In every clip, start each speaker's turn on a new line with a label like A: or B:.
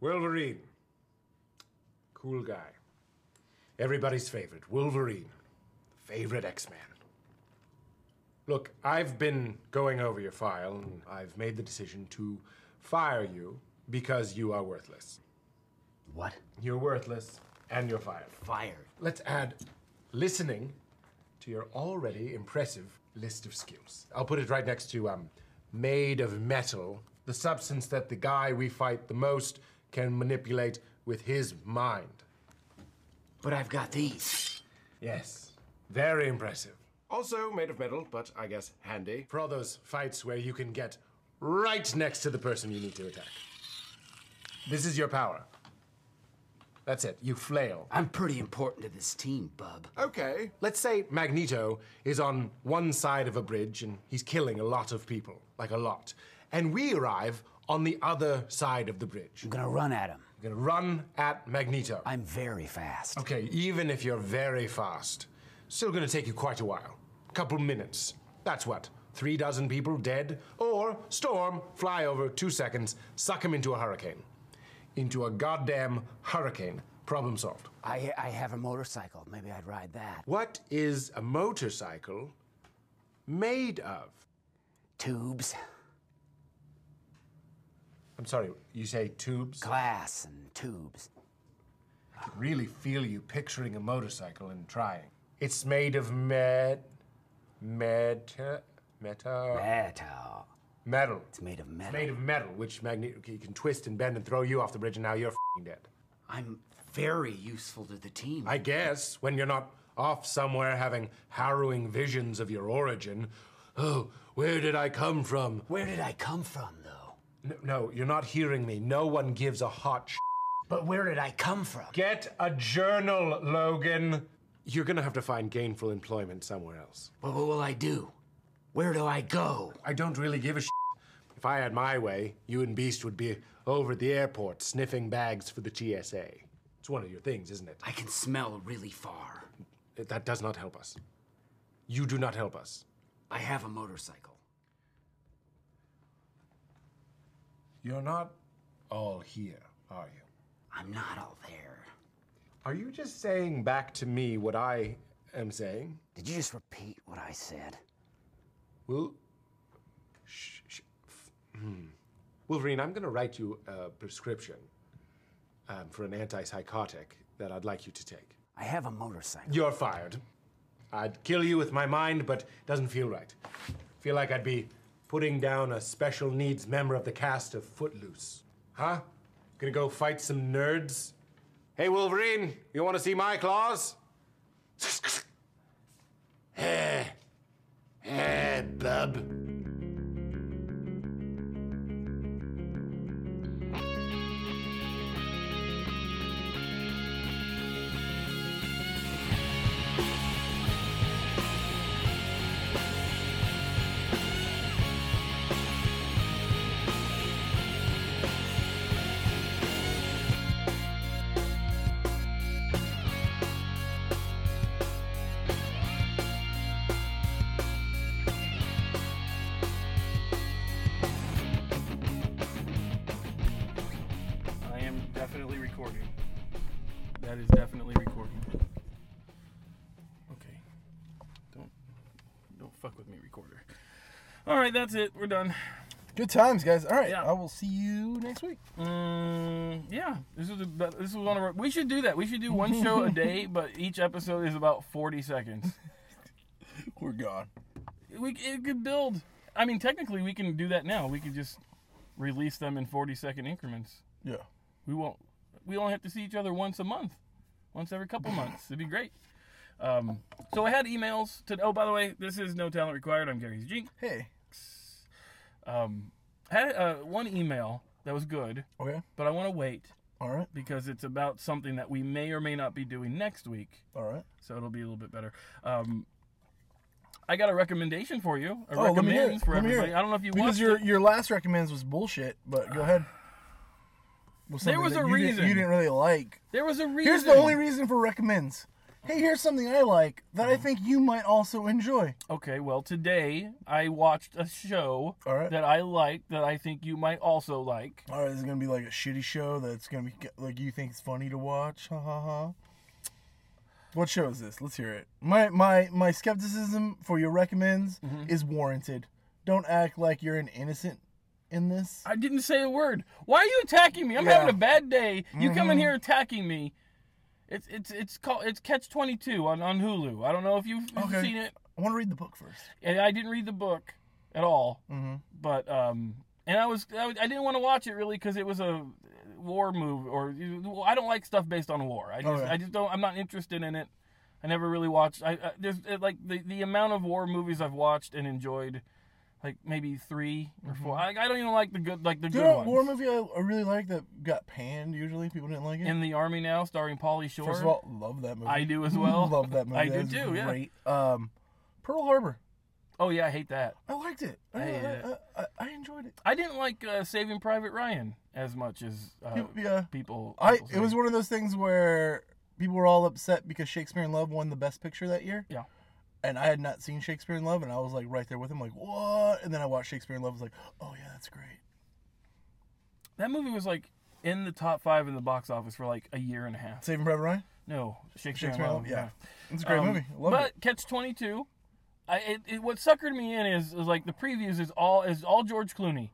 A: Wolverine. Cool guy. Everybody's favorite. Wolverine. Favorite X Man. Look, I've been going over your file and I've made the decision to fire you because you are worthless.
B: What?
A: You're worthless and you're fired.
B: Fired.
A: Let's add listening to your already impressive list of skills. I'll put it right next to um, made of metal, the substance that the guy we fight the most can manipulate with his mind.
B: But I've got these.
A: Yes, very impressive.
C: Also made of metal, but I guess handy.
A: For all those fights where you can get right next to the person you need to attack. This is your power. That's it. You flail.
B: I'm pretty important to this team, bub.
C: Okay.
A: Let's say Magneto is on one side of a bridge and he's killing a lot of people, like a lot. And we arrive on the other side of the bridge.
B: I'm gonna run at him.
A: We're gonna run at Magneto.
B: I'm very fast.
A: Okay, even if you're very fast, still gonna take you quite a while. Couple minutes. That's what? Three dozen people dead? Or storm, fly over, two seconds, suck him into a hurricane. Into a goddamn hurricane. Problem solved.
B: I, I have a motorcycle. Maybe I'd ride that.
A: What is a motorcycle made of?
B: Tubes,
A: I'm sorry, you say tubes?
B: glass, and tubes.
A: I could really feel you picturing a motorcycle and trying. It's made of met. meta. meta.
B: Metal.
A: metal.
B: It's made of
A: It's
B: metal.
A: made of metal, which magnet you can twist and bend and throw you off the bridge, and now you're fing dead.
B: I'm very useful to the team.
A: I guess when you're not off somewhere having harrowing visions of your origin. Oh, where did I come from?
B: Where did I come from, though?
A: No, no you're not hearing me. No one gives a hot sh-
B: But where did I come from?
A: Get a journal, Logan. You're gonna have to find gainful employment somewhere else.
B: What, what will I do? Where do I go?
A: I don't really give a shit. If I had my way, you and Beast would be over at the airport sniffing bags for the TSA. It's one of your things, isn't it?
B: I can smell really far.
A: That does not help us. You do not help us.
B: I have a motorcycle.
A: You're not all here, are you?
B: I'm not all there.
A: Are you just saying back to me what I am saying?
B: Did you just repeat what I said?
A: Will. Sh- sh- f- hmm. Wolverine, I'm going to write you a prescription um, for an antipsychotic that I'd like you to take.
B: I have a motorcycle.
A: You're fired. I'd kill you with my mind, but it doesn't feel right. Feel like I'd be putting down a special needs member of the cast of Footloose. Huh? Gonna go fight some nerds? Hey, Wolverine, you wanna see my claws?
B: Eh, bub.
D: I am definitely recording. That is definitely recording. Okay. Don't don't fuck with me, recorder. All right, that's it. We're done.
E: Good times, guys. All right,
D: Yeah.
E: I will see you next week.
D: Mm, yeah, this is a, this is one of our. We should do that. We should do one show a day, but each episode is about forty seconds.
E: We're gone.
D: We it could build. I mean, technically, we can do that now. We could just release them in forty-second increments.
E: Yeah.
D: We won't. We only have to see each other once a month, once every couple months. It'd be great. Um, so I had emails to. Oh, by the way, this is no talent required. I'm Gary's Jink.
E: Hey.
D: Um, had uh, one email that was good,
E: Okay.
D: but I want to wait
E: All right.
D: because it's about something that we may or may not be doing next week.
E: All right.
D: So it'll be a little bit better. Um, I got a recommendation for you. A
E: Oh, let me hear it.
D: recommends for
E: Let me hear
D: everybody.
E: it.
D: I don't know if you
E: Because
D: watched
E: your
D: it.
E: your last recommends was bullshit, but go ahead. Was
D: There
E: something
D: was
E: that
D: a
E: you didn't-
D: reason.
E: you didn't really like.
D: There was a reason.
E: Here's the only reason for recommends. hey, here's something I like that
D: Uh-huh.
E: I think you might also enjoy.
D: Okay, well, today I watched a show
E: All right.
D: that I like that I think you might also like.
E: All right, this is gonna be like a shitty show that's gonna be like you think it's funny to watch. Ha ha ha. What show is this? Let's hear it. My my my skepticism for your recommends is warranted. Don't act like you're an innocent in this.
D: I didn't say a word. Why are you attacking me? I'm
E: Yeah. Mm-hmm.
D: having a bad day. You come in here attacking me. It's it's it's called it's Catch 22 on, on Hulu. I don't know if you've, if you've
E: Okay.
D: seen it.
E: I want to read the book first.
D: And I didn't read the book at all.
E: Mm-hmm.
D: But um, and I was I, was- I didn't want to watch it really because it was a war movie or I don't like stuff based on war. I just
E: Okay.
D: I just don't. I'm not interested in it. I never really watched. I, I there's it, like the the amount of war movies I've watched and enjoyed. Like maybe three or four. I, I don't even like the good, like the
E: Do Mm-hmm. you
D: good
E: know
D: ones.
E: what war movie I, I really like that got panned? Usually people didn't like it.
D: in the army now, starring Pauly Shore.
E: First of all, love that movie.
D: I do as well.
E: love that movie.
D: I
E: That
D: do
E: was
D: too, yeah.
E: Great. Um, Pearl Harbor.
D: oh yeah, I hate that.
E: I liked it. I
D: I
E: I,
D: hated it.
E: I, I, I enjoyed it.
D: I didn't like uh, Saving Private Ryan as much as uh,
E: yeah.
D: people.
E: I
D: people
E: it was
D: say.
E: one of those things where people were all upset because Shakespeare in Love won the Best Picture that year.
D: Yeah.
E: And I had not seen Shakespeare in Love, and I was like right there with him, like what? And then I watched Shakespeare in Love, was like, oh yeah, that's great.
D: that movie was like in the top five in the box office for like a year and a half.
E: Saving Private Ryan.
D: No, Shakespeare,
E: Shakespeare in Love. Yeah. It's a great
D: Um,
E: movie. I loved
D: but
E: it.
D: Catch Twenty Two, I it, it, what suckered me in is, is like the previews is all is all George Clooney,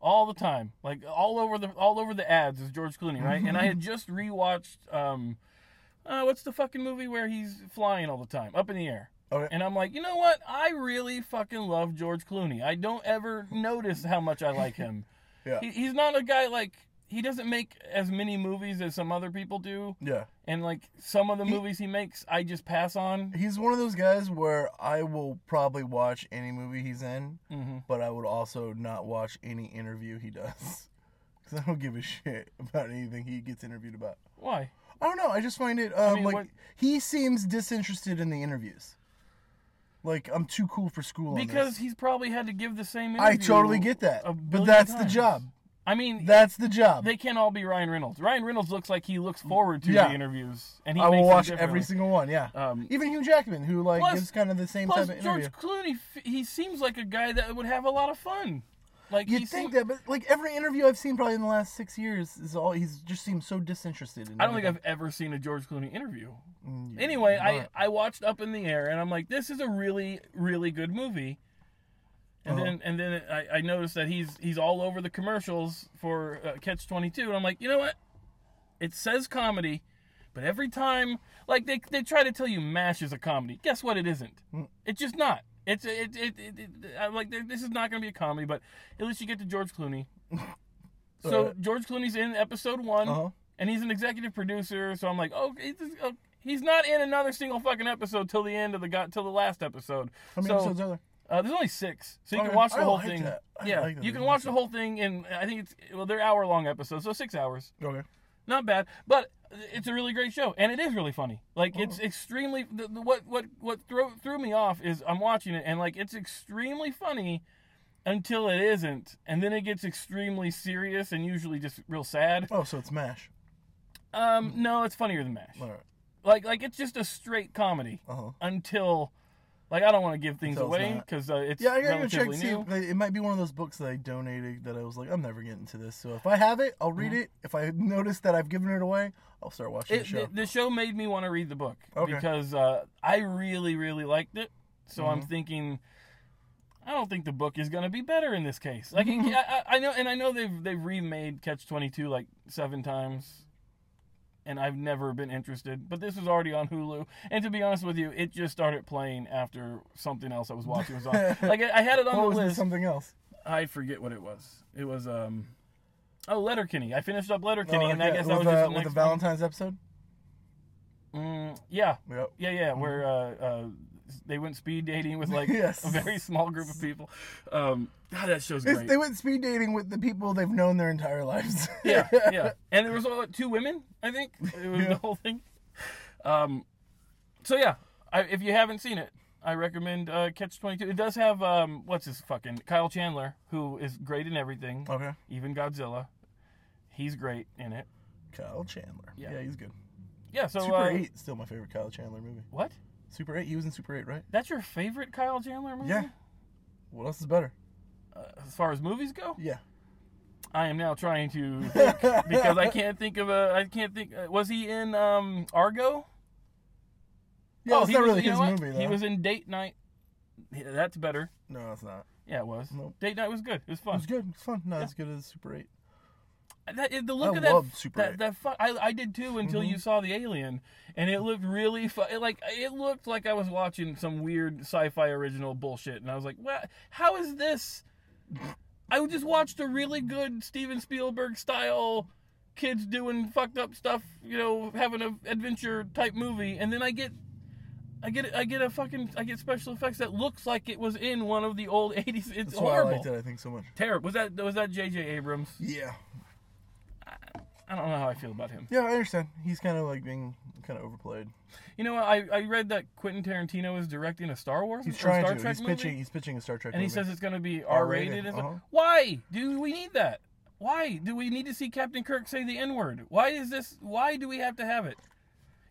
D: all the time, like all over the all over the ads is George Clooney, right? and I had just rewatched um, uh, what's the fucking movie where he's flying all the time, up in the air.
E: Okay.
D: And I'm like, you know what? I really fucking love George Clooney. I don't ever notice how much I like him.
E: Yeah.
D: He, he's not a guy like he doesn't make as many movies as some other people do
E: Yeah.
D: and like some of the movies he makes i just pass on
E: He's one of those guys where I will probably watch any movie he's in,
D: Mm-hmm.
E: but I would also not watch any interview he does. Because I don't give a shit about anything he gets interviewed about.
D: why
E: I don't know. Oh, I just find it um,
D: mean,
E: like
D: what-
E: he seems disinterested in the interviews. Like I'm too cool for school. on
D: because
E: this.
D: he's probably had to give the same interview
E: I totally get that,
D: a
E: but
D: billion
E: that's the
D: times.
E: job.
D: i mean
E: That's the job.
D: they can't all be ryan reynolds ryan reynolds looks like he looks forward to
E: Yeah.
D: the interviews and he
E: I will
D: makes them
E: watch every
D: differently.
E: single one. Yeah,
D: Um,
E: even Hugh Jackman, who like
D: plus-
E: gives kind of the same
D: plus
E: type of interview.
D: george clooney f- he seems like a guy that would have a lot of fun like
E: You'd
D: he
E: think
D: seem-
E: that, but like every interview I've seen probably in the last six years is all he's just seems so disinterested. In
D: I don't think
E: everything.
D: I've ever seen a George Clooney interview.
E: Mm,
D: Anyway, I, I watched Up in the Air and I'm like, this is a really really good movie.
E: Uh-huh.
D: And then and then I, I noticed that he's he's all over the commercials for uh, Catch 22 and I'm like, you know what? It says comedy, but every time like they they try to tell you Mash is a comedy. Guess what? It isn't.
E: Hmm.
D: It's just not. It's it it, it, it I'm like this is not going to be a comedy, but at least you get to George Clooney. so
E: Alright.
D: George Clooney's in episode one
E: Uh-huh.
D: and he's an executive producer. So I'm like, oh, he's, oh, he's not in another single fucking episode till the end of the go- till the last episode.
E: How many
D: so,
E: episodes are there?
D: Uh, there's only six, so you can
E: Okay.
D: watch the
E: I
D: whole
E: like
D: thing.
E: that. I
D: yeah,
E: like that.
D: you can watch the whole thing, and I think it's well, they're hour long episodes, so six hours,
E: Okay.
D: not bad. But it's a really great show, and it is really funny. Like
E: Uh-huh.
D: it's extremely the, the, what what what threw threw me off is I'm watching it, and like it's extremely funny. Until it isn't, and then it gets extremely serious and usually just real sad.
E: Oh, so it's Mash.
D: Um, no, it's funnier than Mash
E: All right.
D: like like it's just a straight comedy
E: Uh-huh.
D: until like I don't want to give things
E: Until it's
D: away
E: not.
D: because uh, it's
E: Yeah, I gotta go check.
D: relatively
E: See,
D: new.
E: if they- it might be one of those books that I donated that I was like, I'm never getting to this. So if I have it, I'll read it. If I notice that I've given it away, I'll start watching
D: It-
E: the show.
D: the, the show made me want to read the book
E: Okay.
D: because uh, I really really liked it. So I'm
E: Mm-hmm.
D: thinking. I don't think the book is going to be better in this case. Like I,
E: Mm-hmm.
D: I, I know, and I know they've they've remade Catch Twenty Two like seven times, and I've never been interested. But this was already on Hulu, and to be honest with you, it just started playing after something else I was watching was on. like I, I had it on
E: what
D: the
E: was
D: list.
E: this something else?
D: I forget what it was. It was um oh Letterkenny. I finished up Letterkenny,
E: Oh,
D: and I
E: okay,
D: guess
E: with
D: that was
E: the,
D: just the
E: with
D: next
E: the Valentine's episode.
D: One. Mm, yeah,
E: Yep.
D: yeah, yeah. Where uh, uh, they went speed dating with like
E: Mm-hmm. Yes.
D: a very small group of people. Um, God, that show's
E: It's-
D: great.
E: they went speed dating with the people they've known their entire lives.
D: yeah, yeah. And there was uh, two women, I think. It was the whole thing. Um, so yeah, I, if you haven't seen it, I recommend uh, Catch Twenty Two. It does have um, what's his fucking Kyle Chandler, who is great in everything,
E: okay.
D: even Godzilla. He's great in it.
E: Kyle Chandler.
D: Yeah.
E: Yeah, he's good.
D: yeah, so
E: Super
D: uh,
E: 8 still my favorite Kyle Chandler movie.
D: What?
E: Super 8, he was in Super 8, right?
D: That's your favorite Kyle Chandler movie?
E: Yeah. What else is better?
D: As far as movies go,
E: Yeah.
D: I am now trying to think because I can't think of a. I can't think. Uh, was he in um, Argo? Oh,
E: Yeah, it's
D: he
E: not
D: was-
E: really
D: you
E: his
D: know what?
E: movie, though.
D: He was in Date Night. Yeah, that's better.
E: no, it's not.
D: Yeah, it was.
E: Nope.
D: Date Night was good. It was fun.
E: It was good. It's fun. Not as good as Super 8.
D: That, it- the look
E: I
D: of that,
E: loved Super Mm-hmm.
D: that,
E: 8.
D: that fu- I, I did too until you saw the alien, and it looked really fu- it, like it looked like I was watching some weird sci-fi original bullshit, and I was like, "What? How is this?" I just watched a really good Steven Spielberg style kids doing fucked up stuff, you know, having a adventure type movie, and then I get. I get I get a fucking I get special effects that looks like it was in one of the old 80s. It's
E: That's why I liked
D: horrible.
E: it, I think, so much.
D: Terrible. Was that was that JJ Abrams?
E: Yeah.
D: I don't know how I feel about him.
E: Yeah, I understand. He's kind of like being kind of overplayed.
D: You know, I, I read that Quentin Tarantino is directing a Star Wars
E: He's
D: or
E: trying
D: Star
E: to.
D: Trek
E: he's
D: movie,
E: pitching. He's pitching a Star Trek
D: and he
E: movie.
D: says it's going to be
E: R-rated,
D: R-rated. It's like,
E: uh-huh.
D: Why do we need that? Why do we need to see Captain Kirk say the N-word? Why is this? Why do we have to have it?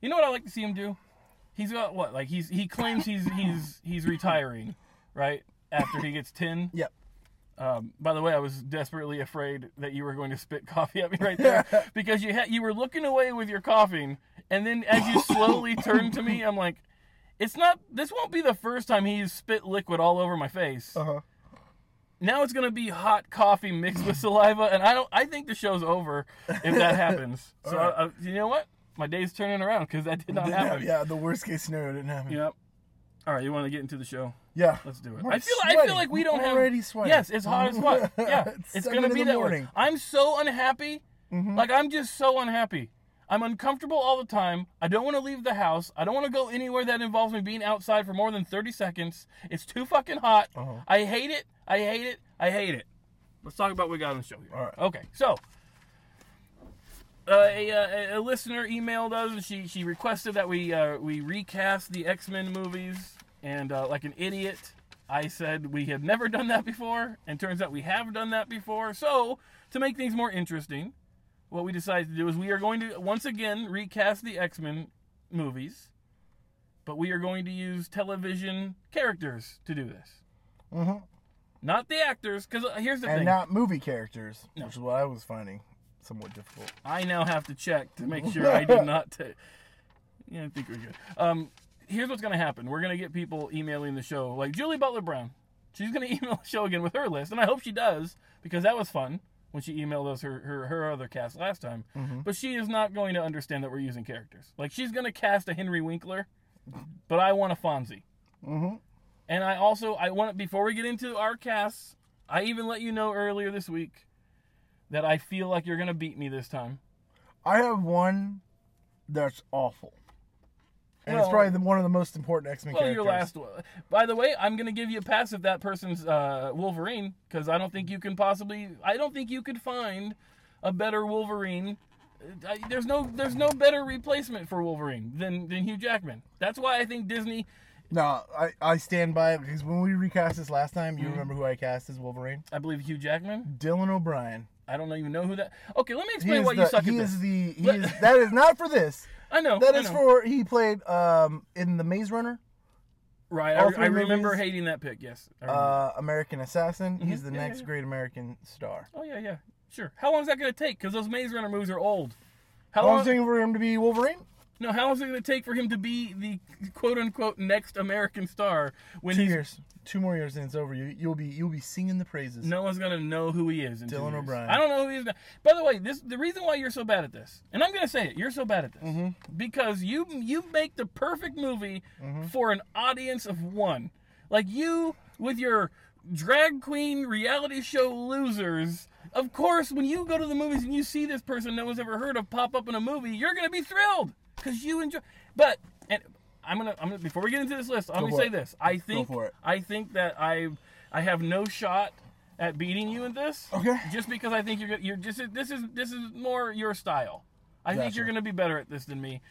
D: You know what I like to see him do? He's got what? Like he's he claims he's he's he's retiring, right? After he gets ten.
E: Yep.
D: Um, by the way, I was desperately afraid that you were going to spit coffee at me right there because you had you were looking away with your coughing, and then as you slowly turned to me, I'm like, it's not. This won't be the first time he's spit liquid all over my face.
E: Uh-huh.
D: Now it's gonna be hot coffee mixed with saliva, and I don't. I think the show's over if that happens. so I, I, you know what? My day's turning around because that did not
E: Didn't
D: happen.
E: happen. Yeah, the worst case scenario didn't happen.
D: Yep. All right, you want to get into the show?
E: Yeah.
D: Let's do it.
E: We're
D: I feel I feel
E: sweating.
D: like we don't
E: We're
D: have
E: already sweating.
D: Yes, it's hot as fuck. Yeah,
E: It's
D: it's,
E: seven
D: gonna
E: in
D: be
E: the
D: that way.
E: morning. Mm-hmm.
D: I'm so unhappy. Like I'm just so unhappy. I'm uncomfortable all the time. I don't want to leave the house. I don't want to go anywhere that involves me being outside for more than 30 seconds. It's too fucking hot.
E: Uh-huh.
D: I hate it. I hate it. I hate it. Let's talk about what we got on the show here.
E: All right.
D: Okay, so uh, a, uh, a listener emailed us and she, she requested that we uh, we recast the X Men movies. And uh, like an idiot, I said we had never done that before. And turns out we have done that before. So, to make things more interesting, what we decided to do is we are going to once again recast the X Men movies. But we are going to use television characters to do this. Mm-hmm. Not the actors, because here's the
E: And
D: thing.
E: not movie characters, which is what I was finding somewhat difficult.
D: I now have to check to make sure I did not. ta- yeah, I think we're good. Um, here's what's gonna happen: we're gonna get people emailing the show, like Julie Butler Brown. She's gonna email the show again with her list, and I hope she does because that was fun when she emailed us her her, her other cast last time. But she is not going to understand that we're using characters. Like she's gonna cast a Henry Winkler, but I want a Fonzie. And I also I want before we get into our casts, I even let you know earlier this week that I feel like you're gonna beat me this time.
E: I have one that's awful. And it's
D: Well-
E: probably the, one of the most important X Men
D: Well,
E: characters.
D: your last one. By the way, I'm gonna give you a pass if that person's uh, Wolverine, because I don't think you can possibly. I don't think you could find a better Wolverine. Uh, I- There's no, there's no better replacement for Wolverine than than Hugh Jackman. That's why I think Disney.
E: No, I, I stand by it because when we recast this last time, you
D: Mm-hmm.
E: remember who I cast as Wolverine?
D: I believe Hugh Jackman.
E: Dylan O'Brien.
D: I don't even know who that. Okay, let me
E: He
D: explain
E: is
D: why
E: the,
D: you suck at
E: he
D: this.
E: is the he
D: Let-
E: is, that is not for this.
D: I know.
E: That
D: I
E: is
D: know.
E: for he played um in the Maze Runner,
D: right.
E: all
D: I,
E: three
D: I remember
E: movies.
D: hating that pick. Yes. I remember.
E: uh, American Assassin. He's the
D: Mm-hmm. Yeah, yeah,
E: next
D: yeah.
E: great American star.
D: oh yeah, yeah. Sure. How long is that gonna take? Because those Maze Runner moves are old.
E: How long is it taking for him to be Wolverine?
D: No, how long is it going to take for him to be the quote unquote next American star when
E: Two
D: he's,
E: years, two more years, and it's over. You you'll be you'll be singing the praises.
D: no one's going to know who he is? in two
E: Dylan
D: years.
E: O'Brien.
D: I don't know who he is. now. By the way, this the reason why you're so bad at this, and I'm going to say it, you're so bad at this
E: Mm-hmm.
D: because you you make the perfect movie for an audience of one, like you with your drag queen reality show losers. Of course, when you go to the movies and you see this person no one's ever heard of pop up in a movie, you're going to be thrilled because you enjoy. But and I'm gonna, I'm gonna before we get into this list, I'm
E: Go
D: gonna
E: for
D: say
E: it.
D: this. I think
E: for it.
D: I think that I I have no shot at beating you in this.
E: Okay.
D: Just because I think you're gonna- you're just this is this is more your style. I think
E: Gotcha.
D: you're gonna be better at this than me.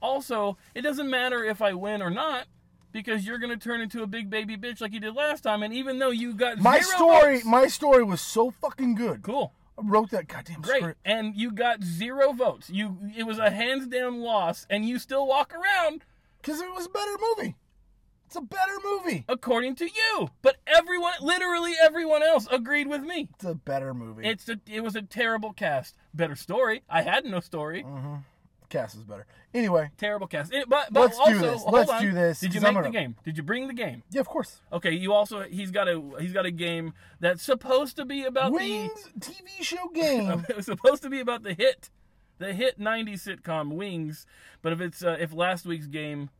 D: Also, it doesn't matter if I win or not. Because you're gonna turn into a big baby bitch like you did last time, and even though you got
E: My
D: zero
E: story,
D: votes-
E: my story was so fucking good.
D: cool,
E: wrote that goddamn
D: Great.
E: script.
D: And you got zero votes. You it was a hands down loss, and you still walk around
E: Because it was a better movie. It's a better movie.
D: according to you. But everyone literally everyone else agreed with me.
E: It's a better movie.
D: It's a, it was a terrible cast. Better story. I had no story.
E: Oh. Cast is better. Anyway,
D: Terrible cast. It- but but
E: Let's do
D: also,
E: this.
D: hold
E: Let's
D: on.
E: do this,
D: Did you
E: 'cause
D: make
E: I'm
D: the
E: gonna-
D: game? Did you bring the game?
E: yeah, of course.
D: Okay, you also he's got a he's got a game that's supposed to be about
E: Wings TV show game.
D: the supposed to be about the hit the hit 90s sitcom Wings, but if it's uh, if last week's game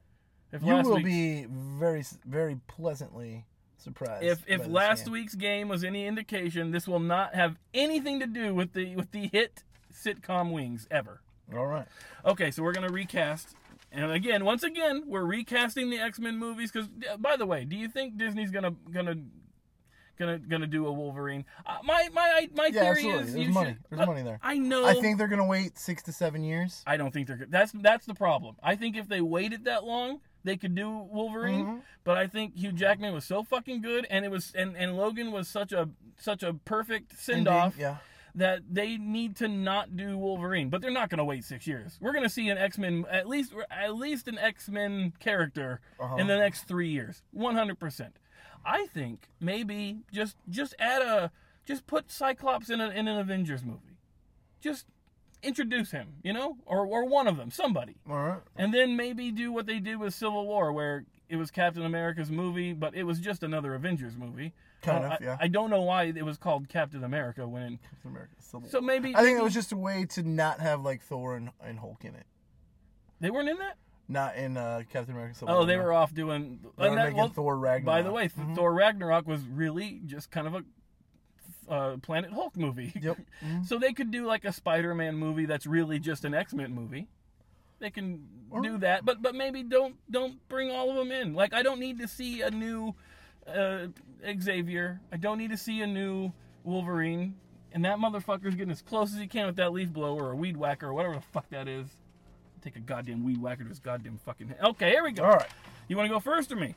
D: if
E: you
D: last
E: will
D: week's-
E: be very, s- very pleasantly surprised.
D: if
E: by
D: if
E: this
D: last
E: game.
D: week's game was any indication, this will not have anything to do with the with the hit sitcom Wings ever.
E: All right.
D: Okay, so we're gonna recast, and again, once again, we're recasting the X Men movies. Because by the way, do you think Disney's gonna gonna gonna gonna do a Wolverine? Uh, my my my
E: Yeah,
D: theory
E: absolutely.
D: is
E: There's
D: you
E: money.
D: should-
E: There's
D: but
E: money there.
D: I know.
E: I think they're gonna wait six to seven years.
D: I don't think they're good. That's that's the problem. I think if they waited that long, they could do Wolverine.
E: Mm-hmm.
D: But I think Hugh Jackman was so fucking good, and it was and, and Logan was such a such a perfect send off
E: Ending, Yeah.
D: that they need to not do Wolverine. But they're not going to wait six years. We're going to see an X Men at least at least an X Men character
E: Uh-huh.
D: in the next three years, one hundred percent. I think maybe just just add a just put Cyclops in, a, in an Avengers movie. Just introduce him, you know, or or one of them, somebody.
E: All right.
D: And then maybe do what they did with Civil War, where it was Captain America's movie, but it was just another Avengers movie.
E: Kind
D: Uh,
E: of,
D: I,
E: yeah.
D: I don't know why it was called Captain America when. It,
E: Captain America Civil
D: so
E: War.
D: maybe
E: I think it was just a way to not have like Thor and, and Hulk in it.
D: they weren't in that.
E: Not in uh, Captain America Civil War.
D: Oh, they were off doing.
E: They were
D: and that-
E: making
D: well,
E: Thor Ragnarok. Mm-hmm.
D: By the way, th Thor Ragnarok was really just kind of a uh, Planet Hulk movie.
E: Yep.
D: so they could do like a Spider-Man movie that's really just an X-Men movie. They can do that, but but maybe don't don't bring all of them in. Like I don't need to see a new uh, Xavier. I don't need to see a new Wolverine. And that motherfucker's getting as close as he can with that leaf blower or weed whacker or whatever the fuck that is. Take a goddamn weed whacker to his goddamn fucking head. Okay, here we go.
E: All right.
D: You want to go first or me?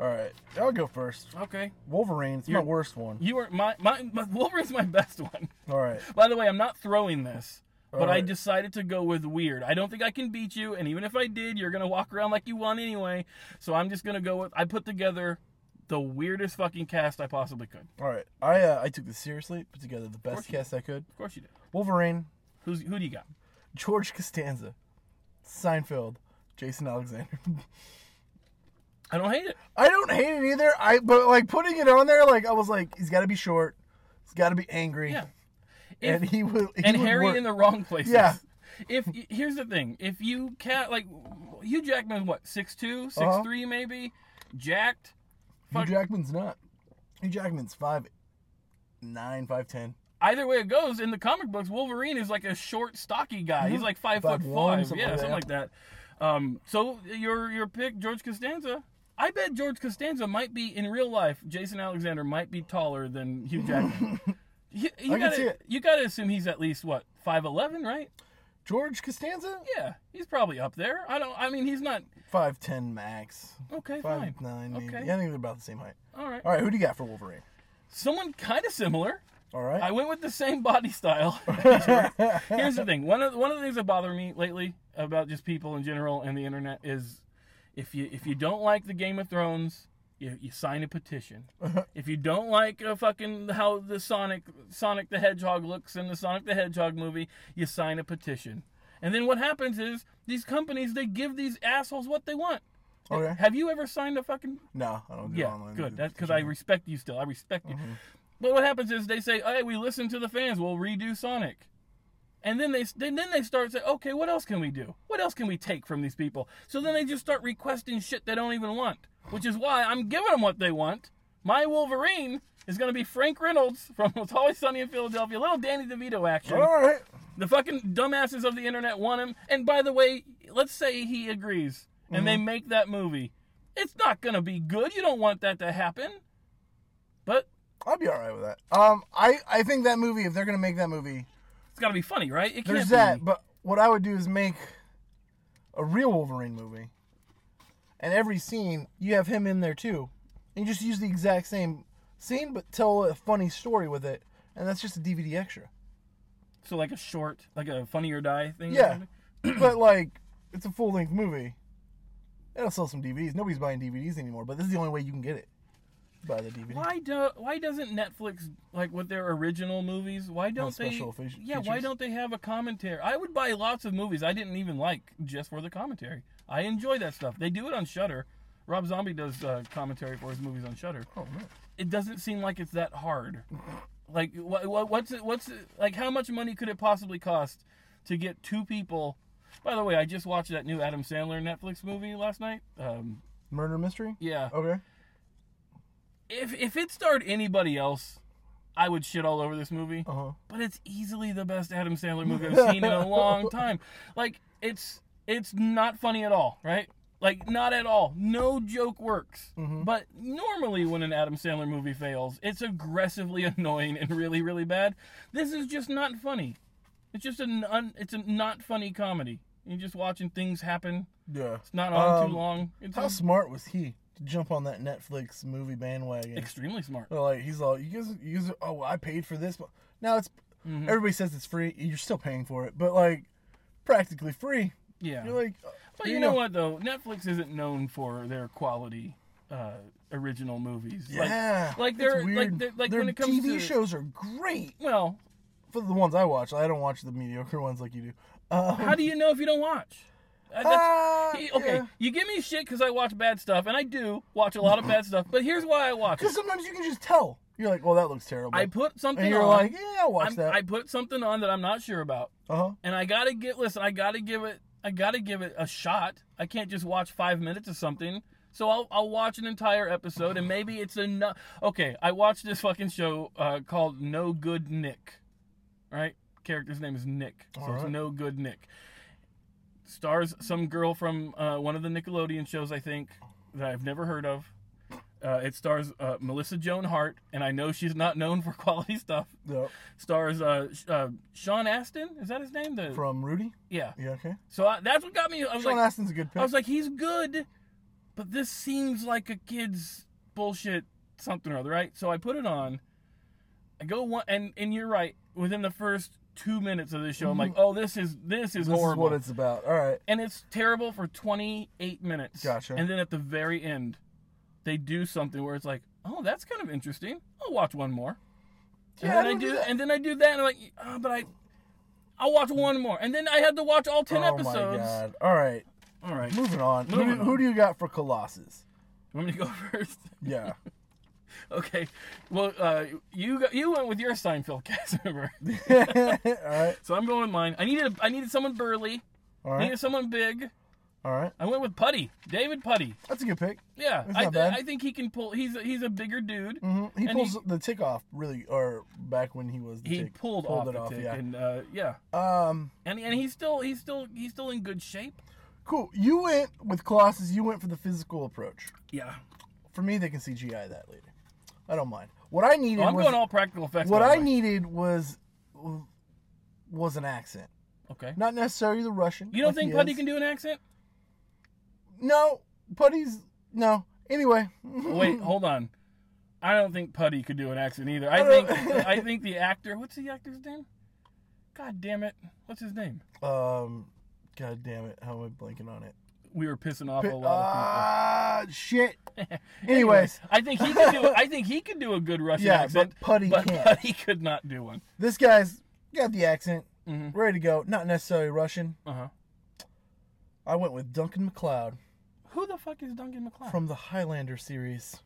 E: All right. I'll go first.
D: Okay.
E: Wolverine. It's my
D: You're-
E: worst one.
D: You are my, my my Wolverine's my best one.
E: All right.
D: By the way, I'm not throwing this, but I
E: Alright.
D: decided to go with weird. I don't think I can beat you, and even if I did, you're gonna walk around like you won anyway. So I'm just gonna go with I put together the weirdest fucking cast I possibly could.
E: All right. I uh, I took this seriously. Put together the best
D: you
E: cast I could.
D: Of course you did.
E: Wolverine,
D: Who's who do you got?
E: George Costanza, Seinfeld, Jason Alexander.
D: I don't hate it.
E: I don't hate it either. I but like putting it on there, like I was like, he's got to be short. He's got to be angry.
D: Yeah.
E: and he will. He
D: and
E: would
D: Harry
E: work.
D: in the wrong places.
E: Yeah.
D: If here's the thing, if you cat like Hugh Jackman, what 6'2", 6'3", maybe, jacked.
E: Uh-huh. Hugh Jackman's not. Hugh Jackman's five, nine, five ten.
D: either way it goes, in the comic books, Wolverine is like a short, stocky guy. He's like five,
E: Five
D: foot
E: Mm-hmm. one,
D: five,
E: something
D: yeah,
E: like
D: something
E: that.
D: like that. Um, so your your pick, George Costanza. I bet George Costanza might be in real life. Jason Alexander might be taller than Hugh Jackman. you, you
E: I can
D: gotta
E: see it.
D: you gotta assume he's at least what five eleven, right?
E: George Costanza,
D: Yeah, he's probably up there. I don't. I mean, he's not.
E: five ten max,
D: Okay,
E: five
D: fine.
E: nine. Maybe.
D: Okay.
E: Yeah, I think they're about the same height.
D: All right.
E: All right, who do you got for Wolverine?
D: Someone kind of similar.
E: All right,
D: I went with the same body style. Here's the thing. One of one of the things that bother me lately about just people in general and the internet is if you if you don't like the Game of Thrones, you, you sign a petition. if you don't like uh, fucking how the Sonic Sonic the Hedgehog looks in the Sonic the Hedgehog movie, you sign a petition. And then what happens is these companies they give these assholes what they want.
E: okay.
D: Have you ever signed a fucking
E: No, I don't do Mm-hmm.
D: yeah,
E: online.
D: good. That's because I respect you still. I respect you. But what happens is they say, "Hey, we listen to the fans. We'll redo Sonic," and then they then then they start saying, "Okay, what else can we do? What else can we take from these people?" So then they just start requesting shit they don't even want, which is why I'm giving them what they want. My Wolverine is going to be Frank Reynolds from It's Always Sunny in Philadelphia, little Danny DeVito action.
E: All right,
D: The fucking dumbasses of the internet want him. And by the way, let's say he agrees and they
E: Mm-hmm.
D: make that movie. It's not going to be good. You don't want that to happen. But
E: I'll be all right with that. Um, I I think that movie, if they're gonna make that movie,
D: it's got to be funny, right? It
E: There's
D: can't
E: that,
D: be.
E: but what I would do is make a real Wolverine movie. And every scene, you have him in there too. And you just use the exact same scene, but tell a funny story with it. And that's just a DVD extra.
D: So like a short, like a funny or die thing. or
E: Yeah.
D: something?
E: but like, it's a full length movie. It'll sell some DVDs. Nobody's buying DVDs anymore, but this is the only way you can get it. Buy the DVD.
D: Why do Why doesn't Netflix like with their original movies? Why don't they?
E: special fe-
D: yeah. Why
E: features?
D: don't they have a commentary? I would buy lots of movies I didn't even like just for the commentary. I enjoy that stuff. They do it on Shutter. Rob Zombie does uh, commentary for his movies on Shutter.
E: Oh, no.
D: It doesn't seem like it's that hard. Like what, what, what's it, what's it, like how much money could it possibly cost to get two people? By the way, I just watched that new Adam Sandler Netflix movie last night. Um,
E: Murder mystery?
D: yeah,
E: Okay.
D: if if it starred anybody else, I would shit all over this movie.
E: Uh huh.
D: But it's easily the best Adam Sandler movie I've seen in a long time. Like it's it's not funny at all, right? Like not at all. No joke works. But normally when an Adam Sandler movie fails, it's aggressively annoying and really really bad. This is just not funny. It's just an un, it's a not funny comedy. You're just watching things happen.
E: Yeah.
D: It's not on
E: Um,
D: too long. It's
E: How smart was he to jump on that Netflix movie bandwagon?
D: extremely smart.
E: They're like he's all you guys, you guys are, oh well, I paid for this, but now it's
D: Mm-hmm.
E: everybody says it's free. You're still paying for it, but like practically free.
D: Yeah.
E: You're like,
D: But you, know, what though, Netflix isn't known for their quality uh, original movies. Like-
E: Yeah,
D: like,
E: it's
D: they're like
E: weird.
D: they're, like
E: Their
D: when it comes
E: TV
D: to
E: shows are great
D: Well,
E: for the ones I watch. I don't watch the mediocre ones like you do. Uh,
D: how do you know if you don't watch? Uh, that's-
E: ah,
D: he- okay,
E: yeah.
D: you give me shit because I watch bad stuff, and I do watch a lot of bad stuff. But here's why I watch
E: 'Cause
D: it.
E: sometimes you can just tell. You're like, well, that looks terrible.
D: I put something
E: and you're
D: on.
E: like, yeah, I'll watch
D: I'm-
E: that.
D: I put something on that I'm not sure about,
E: uh huh.
D: and I gotta get listen. I gotta give it. I gotta give it a shot. I can't just watch five minutes of something. So I'll I'll watch an entire episode, and maybe it's enough. Okay, I watched this fucking show uh, called No Good Nick. Right, character's name is Nick, so it's
E: Alright.
D: No Good Nick. Stars some girl from uh, one of the Nickelodeon shows, I think, that I've never heard of. Uh, it stars uh, Melissa Joan Hart, and I know she's not known for quality stuff.
E: Yep.
D: Stars uh, Sh- uh, Sean Astin, is that his name? The
E: From Rudy.
D: yeah.
E: Yeah. Okay.
D: So I, that's what got me. I was
E: Sean
D: like,
E: Astin's a good pick.
D: I was like, he's good, but this seems like a kid's bullshit something or other, right? So I put it on. I go one, and and you're right. Within the first two minutes of this show, I'm like, oh, this is this is
E: this is
D: horrible,
E: what it's about. All right.
D: and it's terrible for 28 minutes.
E: Gotcha.
D: And then at the very end, they do something where it's like, oh, that's kind of interesting. I'll watch one more.
E: Yeah,
D: and then I
E: don't
D: do,
E: do that.
D: and then I do that, and I'm like, oh, but I, I'll watch one more, and then I had to watch all ten
E: oh
D: episodes.
E: my god. All right.
D: All right,
E: Moving on. Who
D: Moving
E: do- Who
D: on.
E: do you got for Colossus?
D: You want me to go first?
E: Yeah.
D: Okay. Well, uh, you got, you went with your Seinfeld cast member,
E: all right.
D: so I'm going with mine. I needed I needed someone burly.
E: All
D: I
E: right.
D: needed someone big.
E: All right.
D: I went with Putty, David Putty.
E: That's a good pick.
D: Yeah,
E: That's
D: I,
E: not bad.
D: I think he can pull. He's a, he's a bigger dude.
E: hmm He
D: And
E: pulls
D: he-
E: the tick off really, or back when he was the
D: He
E: tick.
D: pulled, off the tick,
E: yeah.
D: and uh, yeah,
E: Um,
D: and and he's still he's still he's still in good shape.
E: cool. You went with Colossus. You went for the physical approach.
D: Yeah,
E: For me, they can CGI that later. I don't mind. What I needed
D: well, Oh, I'm
E: was
D: going all practical effects.
E: what
D: by the
E: I
D: way.
E: needed was was an accent,
D: Okay.
E: not necessarily the Russian.
D: You don't
E: like
D: think
E: he
D: Putty
E: is.
D: can do an accent?
E: No, Putty's no. Anyway,
D: Wait, hold on. I don't think Putty could do an accent either. I
E: I don't-
D: think I think the actor. What's the actor's name? God damn it! What's his name?
E: um, god damn it, how am I blanking on it?
D: We were pissing off a lot
E: Ah, shit.
D: of people.
E: Anyways,
D: I think he could do. I think he could do a good Russian
E: Yeah, but
D: accent.
E: Putty can't.
D: Putty could not do one.
E: this guy's got the accent,
D: Mm-hmm.
E: ready to go. Not necessarily Russian.
D: Uh huh.
E: I went with Duncan McLeod
D: Who the fuck is Duncan McLeod?
E: from the Highlander series.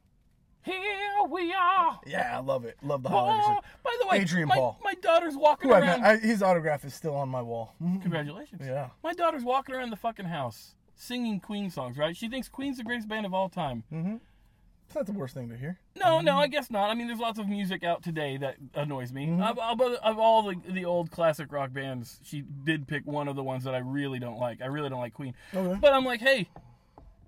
D: Here we are.
E: Yeah, I love it. Love the Highlander
D: Oh,
E: series.
D: by the way,
E: Adrian
D: my,
E: Paul.
D: my daughter's walking
E: Who I've
D: around.
E: had- I- his autograph is still on my wall. Mm-hmm.
D: Congratulations.
E: Yeah.
D: My daughter's walking around the fucking house singing Queen songs. Right? She thinks Queen's the greatest band of all time.
E: It's not the worst thing to hear.
D: No, no, I guess not. I mean, there's lots of music out today that annoys me.
E: Mm-hmm.
D: Of, of, of all the, the old classic rock bands, she did pick one of the ones that I really don't like. I really don't like Queen.
E: Okay.
D: But I'm like, hey,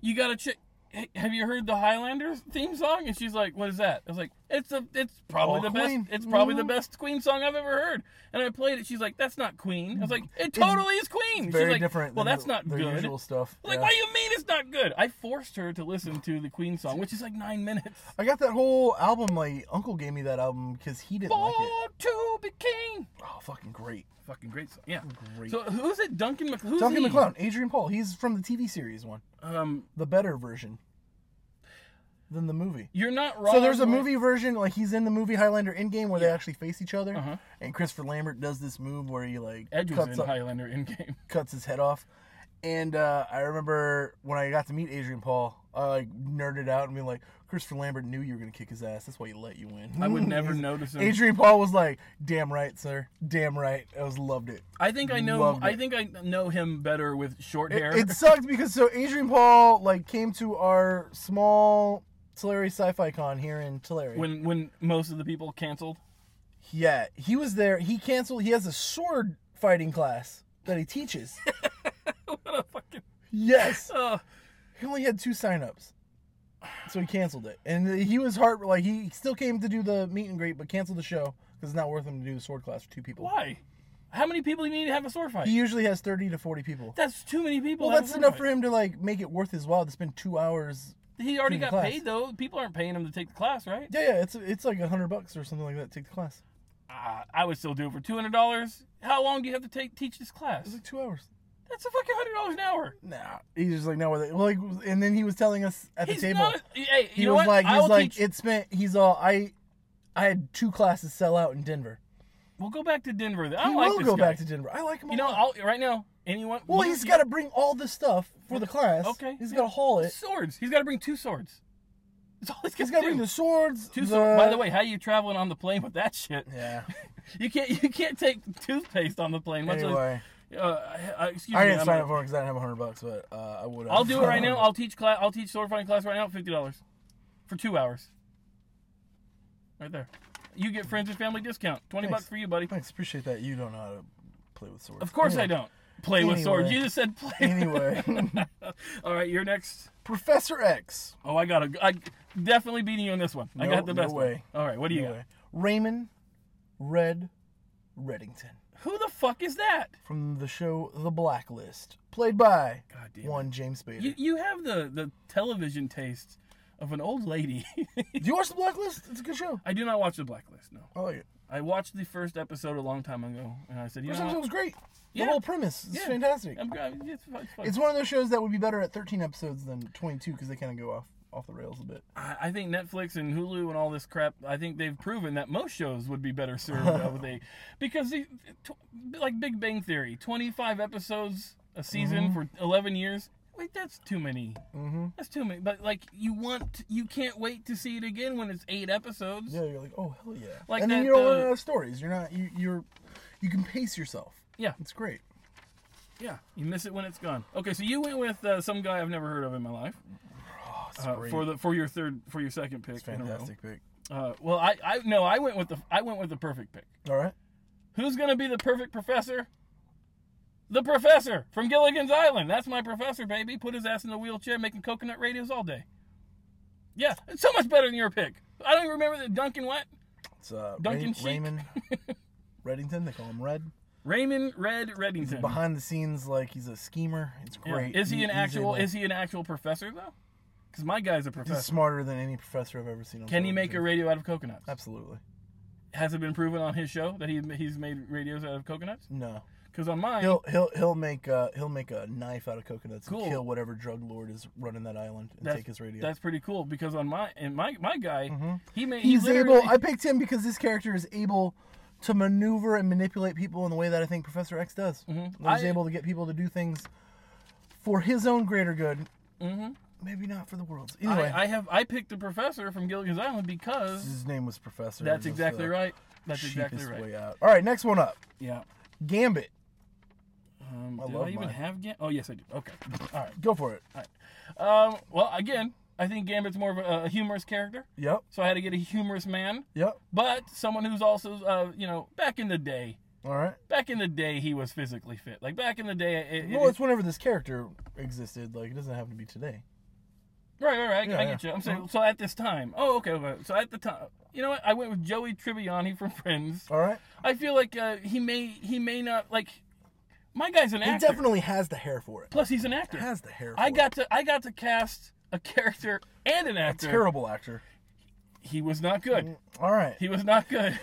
D: you gotta check. Hey, have you heard the Highlanders theme song? And she's like, what is that? I was like, It's a, it's probably
E: Oh,
D: the
E: Queen. Mm-hmm.
D: best. It's probably the best Queen song I've ever heard. And I played it. She's like, "That's not Queen." I was like, "It totally is Queen." She's
E: Very
D: like,
E: different.
D: Well,
E: than
D: that's not
E: their
D: good.
E: usual stuff.
D: I'm Like,
E: yeah.
D: what do you mean it's not good? I forced her to listen to the Queen song, which is like nine minutes.
E: I got that whole album. My uncle gave me that album because he didn't
D: Born
E: like it.
D: to be king.
E: Oh, fucking great.
D: Fucking great song. Yeah.
E: Great.
D: So who's it? Duncan Mc- who's
E: Duncan
D: he?
E: McLeod, Adrian Paul. He's from the TV series one,
D: Um,
E: the better version than the movie.
D: you're not wrong.
E: So there's a
D: but-
E: movie version, like he's in the movie Highlander Endgame, where they actually face each other,
D: Uh-huh.
E: and Christopher Lambert does this move where he like
D: Edge was
E: cuts,
D: in
E: up-
D: Highlander in game.
E: cuts his head off. And uh, I remember when I got to meet Adrian Paul, I like nerded out and be like, Christopher Lambert knew you were gonna kick his ass. That's why he let you in.
D: I would never notice him.
E: Adrian Paul was like, "Damn right, sir. Damn right." I was loved it.
D: I think I know.
E: Loved
D: I
E: it.
D: think I know him better with short
E: It,
D: hair.
E: it sucked because so Adrian Paul like came to our small Tulare Sci-Fi Con here in Tulare.
D: when when most of the people canceled.
E: yeah, he was there. He canceled. He has a sword fighting class that he teaches.
D: what a fucking.
E: yes,
D: Uh,
E: he only had two signups, so he canceled it. And he was heart like he still came to do the meet and greet, but canceled the show because it's not worth him to do the sword class for two people.
D: why? How many people do you need to have a sword fight?
E: He usually has thirty to forty people.
D: That's too many people.
E: Well,
D: to have a
E: that's
D: sword
E: enough
D: fight.
E: for him to like make it worth his while to spend two hours.
D: He already
E: to the
D: got
E: class.
D: paid though. People aren't paying him to take the class, right?
E: Yeah, yeah, it's it's like a hundred bucks or something like that. to Take the class.
D: Uh, I would still do it for two hundred dollars. How long do you have to take teach this class?
E: It's like two hours.
D: That's a fucking hundred dollars an hour.
E: Nah, he's just like no, we're like, like, and then he was telling us at
D: He's
E: the table.
D: not. Hey, you
E: he
D: know
E: was
D: what?
E: like,
D: I
E: he's
D: will
E: like,
D: teach-
E: it spent. He's all I. I had two classes sell out in Denver.
D: we'll go back to Denver. I
E: he
D: don't like
E: will
D: this
E: go
D: guy.
E: back to Denver. I like him.
D: You
E: a
D: know,
E: lot.
D: I'll, right now, anyone.
E: well,
D: you-
E: he's
D: you-
E: got to bring all the stuff for the class.
D: Okay,
E: he's
D: yeah.
E: got to haul it.
D: swords. He's got to bring two swords. That's all he's got
E: He's
D: to
E: got to
D: bring.
E: bring the swords.
D: two swords. By the way, how you traveling on the plane with that shit?
E: yeah.
D: You can't. You can't take toothpaste on the plane. much less-
E: Anyway,
D: uh, I- I- excuse
E: I
D: me.
E: didn't
D: I'm
E: sign
D: a-
E: up for it because I didn't have a hundred bucks, but uh, I would.
D: I'll do it right now. I'll teach class. I'll teach sword fighting class right now. at Fifty dollars for two hours. Right there. You get friends and family discount. Twenty
E: Thanks.
D: bucks for you, buddy.
E: Thanks, appreciate that. You don't know how to play with swords.
D: Of course I
E: Anyway.
D: don't play with swords.
E: Anyway.
D: You just said play.
E: Anyway,
D: All right, you're next.
E: Professor X.
D: Oh, I got to I definitely beating you on this one. I
E: No-
D: got the
E: no
D: best
E: way.
D: one. All right, what do you
E: Anyway, Raymond Red Reddington
D: got? Who the fuck is that?
E: from the show The Blacklist, played by
D: God damn. it.
E: one James Spader.
D: You
E: Do
D: you have the the television taste of an old lady.
E: you watch The Blacklist? It's a good show.
D: I do not watch The Blacklist. No,
E: I like it.
D: I watched the first episode a long time ago, and I said, you
E: First
D: know
E: episode
D: what?
E: was great.
D: Yeah.
E: The whole premise is
D: Yeah.
E: fantastic.
D: I'm, i it's, fun- it's fun.
E: It's one of those shows that would be better at 13 episodes than 22 because they kind of go off off the rails a bit.
D: I I think Netflix and Hulu and all this crap. I think they've proven that most shows would be better served uh, with a, because the, tw- like Big Bang Theory, twenty five episodes a
E: Mm-hmm.
D: season for eleven years. Wait, that's too many. Mm-hmm. That's too many. But like, you want you can't wait to see it again when it's eight episodes.
E: Yeah, you're like, oh hell yeah.
D: Like
E: and
D: that,
E: then you don't
D: uh,
E: run out of stories. You're not. You, you're. You can pace yourself.
D: Yeah.
E: It's great.
D: Yeah, you miss it when it's gone. Okay, so you went with uh, some guy I've never heard of in my life
E: Oh, it's
D: uh,
E: great.
D: for the for your third for your second pick. in a row.
E: fantastic pick.
D: Uh, well, I I no, I went with the I went with the perfect pick.
E: All right.
D: Who's gonna be the perfect professor? The professor from Gilligan's Island. That's my professor, baby. Put his ass in the wheelchair, making coconut radios all day. Yeah, it's so much better than your pick. I don't even remember that Duncan what
E: It's uh,
D: Duncan
E: Ray-
D: Sheik.
E: Raymond Reddington. They call him Red.
D: Raymond Red Reddington.
E: Behind the scenes, like he's a schemer. It's
D: Yeah.
E: great.
D: Is he an actual?
E: Is
D: Is he an actual professor though? Because my guy's a
E: He's
D: professor.
E: smarter than any professor I've ever seen. On
D: Can he make a
E: television.
D: radio out of coconuts?
E: Absolutely.
D: Has it been proven on his show that he he's made radios out of coconuts?
E: No.
D: Because on mine,
E: He'll he'll he'll make uh, he'll make a knife out of coconuts
D: Cool.
E: and kill whatever drug lord is running that island and
D: That's-
E: take his radio. Mm-hmm.
D: that's pretty cool. Because on my and my my guy, he made he
E: he's
D: literally-
E: able. I picked him because this character is able to maneuver and manipulate people in the way that I think Professor X does. Mm-hmm. He's
D: I-
E: able to get people to do things for his own greater good. Mm-hmm. Maybe not for the world's. Anyway,
D: I, I have I picked the professor from Gilligan's Island because
E: his name was Professor.
D: that's
E: just,
D: exactly
E: uh,
D: right. That's
E: cheapest
D: exactly right.
E: Way out. All right, next one up,
D: Yeah.
E: Gambit.
D: Um,
E: I
D: do
E: love
D: I even
E: mine.
D: have Gambit? Oh yes, I do. Okay. All right.
E: Go for it.
D: Um, well, again, I think Gambit's more of a, a humorous character,
E: Yep,
D: so I had to get a humorous man,
E: yep.
D: but someone who's also, uh, you know, back in the day.
E: All right.
D: Back in the day, he was physically fit. Like back in the day, it, it-
E: Well, it's whenever this character existed. Like it doesn't have to be today.
D: Right, right, right. I,
E: Yeah,
D: I get
E: yeah. Uh-huh.
D: you. I'm saying, so at this time. Oh, okay, okay. So at the time, you know what? I went with Joey Tribbiani from Friends.
E: All right.
D: I feel like uh, he may he may not like. My guy's an
E: He
D: actor.
E: definitely has the hair for it.
D: Plus, he's an actor.
E: Has the hair. For
D: I
E: it.
D: got to I got to cast a character and an actor.
E: terrible Mm. actor.
D: He was not good.
E: All right.
D: He was not good.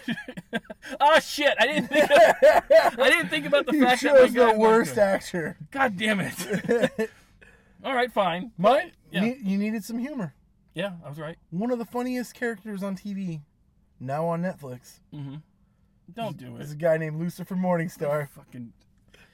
D: oh shit! I didn't think I didn't think about the
E: You
D: fact that my
E: chose
D: guy's
E: the
D: not
E: worst
D: good.
E: actor.
D: God damn it! All right, fine.
E: Mike,
D: Yeah.
E: you, you needed some humor.
D: Yeah, I was right.
E: One of the funniest characters on TV, now on Netflix,
D: Don't do
E: is
D: it.
E: a guy named Lucifer Morningstar
D: Fucking.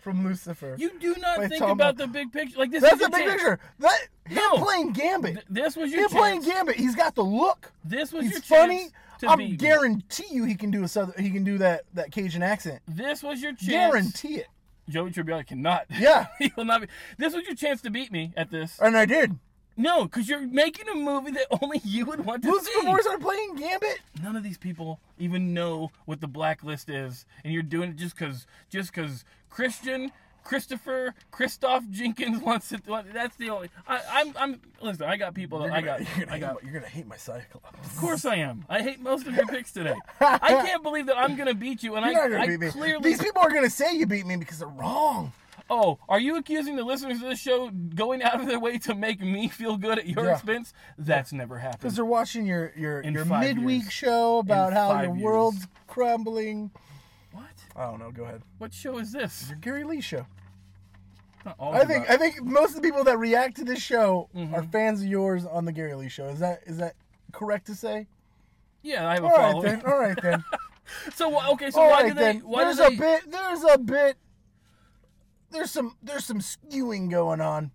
E: from Lucifer.
D: You do not
E: Wait,
D: think
E: Tom,
D: about the big picture. Like this.
E: That's
D: is your
E: the big
D: chance.
E: picture. That him
D: No.
E: playing Gambit.
D: Th- This was your
E: him playing
D: chance.
E: Gambit. He's got the look.
D: This was
E: He's
D: your
E: funny.
D: chance to
E: I
D: beat me.
E: guarantee you he can do a southern. He can do that that Cajun accent.
D: This was your chance.
E: Guarantee it.
D: Joey Tribbiani cannot.
E: Yeah.
D: he will not be. This was your chance to beat me at this.
E: And I did.
D: No, because you're making a movie that only you would want to
E: Lucifer
D: see.
E: Morningstar playing Gambit.
D: None of these people even know what the blacklist is, and you're doing it just because just because Christian Christopher Christoph Jenkins wants it. want- That's the only. I, I'm I'm listen. I got people. That, I got.
E: You're gonna,
D: I got.
E: hate, my- you're gonna hate my Cyclops.
D: Of course I am. I hate most of your picks today. I can't believe that I'm gonna beat you, and
E: You're
D: I,
E: not gonna
D: I
E: beat me.
D: clearly.
E: These people are gonna say you beat me because they're wrong.
D: Oh, are you accusing the listeners of this show going out of their way to make me feel good at your
E: Yeah.
D: expense? That's never happened.
E: Because they're watching your your,
D: In
E: your
D: five
E: midweek
D: years.
E: show about
D: In
E: how
D: five
E: your
D: years.
E: world's crumbling.
D: What?
E: I don't know. Go ahead.
D: What show is this?
E: Your Gary Lee show.
D: It's not all
E: I think
D: about-
E: I think most of the people that react to this show
D: Mm-hmm.
E: are fans of yours on the Gary Lee show. Is that is that correct to say?
D: yeah, I have a
E: All right
D: following.
E: then. All right then.
D: So wh- okay, so
E: All
D: why
E: right
D: do they?
E: then.
D: Why
E: there's
D: do they?
E: a bit. There's a bit. There's some. There's some skewing going on.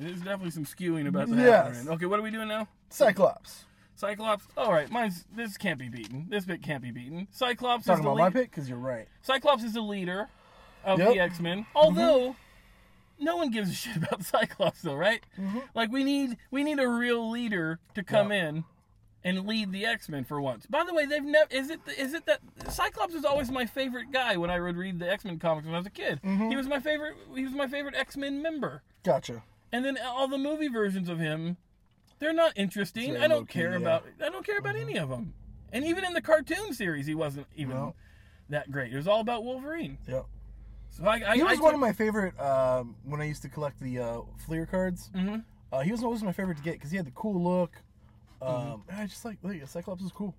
D: There's definitely some skewing about that.
E: Yes.
D: happening. Okay, what are we doing now?
E: Cyclops.
D: Cyclops. All right, mine's this can't be beaten. This bit can't be beaten. Cyclops
E: Talking
D: is the
E: about my
D: lead-
E: pick because you're right.
D: Cyclops is the leader of
E: Yep.
D: the X Men. Although no one gives a shit about Cyclops, though, right? Like we need we need a real leader to come in and lead the X Men for once. By the way, they've never is it is it that Cyclops was always my favorite guy when I would read the X Men comics when I was a kid. He was my favorite. He was my favorite X Men member.
E: Gotcha.
D: And then all the movie versions of him, they're not interesting.
E: Very
D: I don't
E: low-key,
D: care
E: yeah. Mm-hmm.
D: about. I don't care about any of them. And even in the cartoon series, he wasn't even
E: No.
D: that great. It was all about Wolverine.
E: Yep.
D: So I, I,
E: He
D: I
E: was
D: took-
E: one of my favorite um, when I used to collect the uh, Fleer cards. Mm-hmm. Uh, he was always my favorite to get because he had the cool look. Um, I just like like, Cyclops was cool.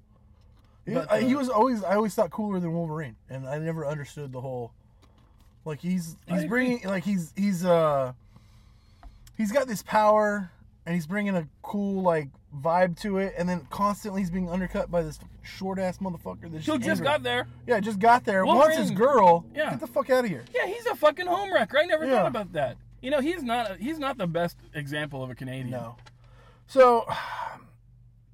E: He,
D: Mm-hmm. But,
E: I- he
D: uh,
E: was always I always thought cooler than Wolverine, and I never understood the whole like he's
D: I
E: he's
D: agree.
E: bringing like he's he's uh he's got this power and he's bringing a cool like vibe to it, and then constantly he's being undercut by this short ass motherfucker. That
D: Who just got there?
E: Yeah, just got there. Wants his
D: Wolverine.
E: girl.
D: Yeah.
E: Get the fuck out of here.
D: Yeah, he's a fucking home wrecker. I never
E: Yeah.
D: thought about that. You know, he's not. He's not the best example of a Canadian.
E: No. So,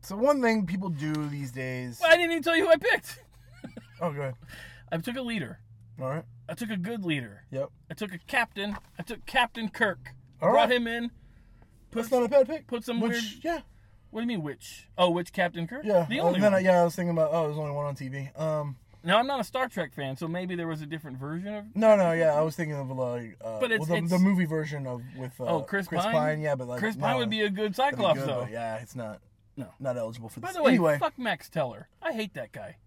E: so one thing people do these days.
D: Well, I didn't even tell you who I picked.
E: Oh, go ahead.
D: I took a leader.
E: All right.
D: I took a good leader.
E: Yep.
D: I took a captain. I took Captain Kirk.
E: All
D: Brought
E: right.
D: him in.
E: That's not a bad pick.
D: put some
E: Which,
D: weird-
E: Yeah.
D: What do you mean, which? Oh, which Captain Kirk?
E: Yeah.
D: The
E: Oh,
D: only
E: then I,
D: one.
E: yeah, I was thinking about. Oh, there's only one on TV. Um.
D: Now I'm not a Star Trek fan, so maybe there was a different version of.
E: No, no, yeah, I was thinking of like. Uh,
D: But it's-
E: well, the,
D: it's-
E: the movie version of with. Uh,
D: Oh, Chris, Pine.
E: Yeah, but like
D: Chris
E: no,
D: Pine would be a good
E: that'd be
D: Cyclops
E: good,
D: though.
E: but Yeah, it's not.
D: No.
E: Not eligible for
D: By
E: this.
D: the way,
E: anyway,
D: fuck Max Teller. I hate that guy.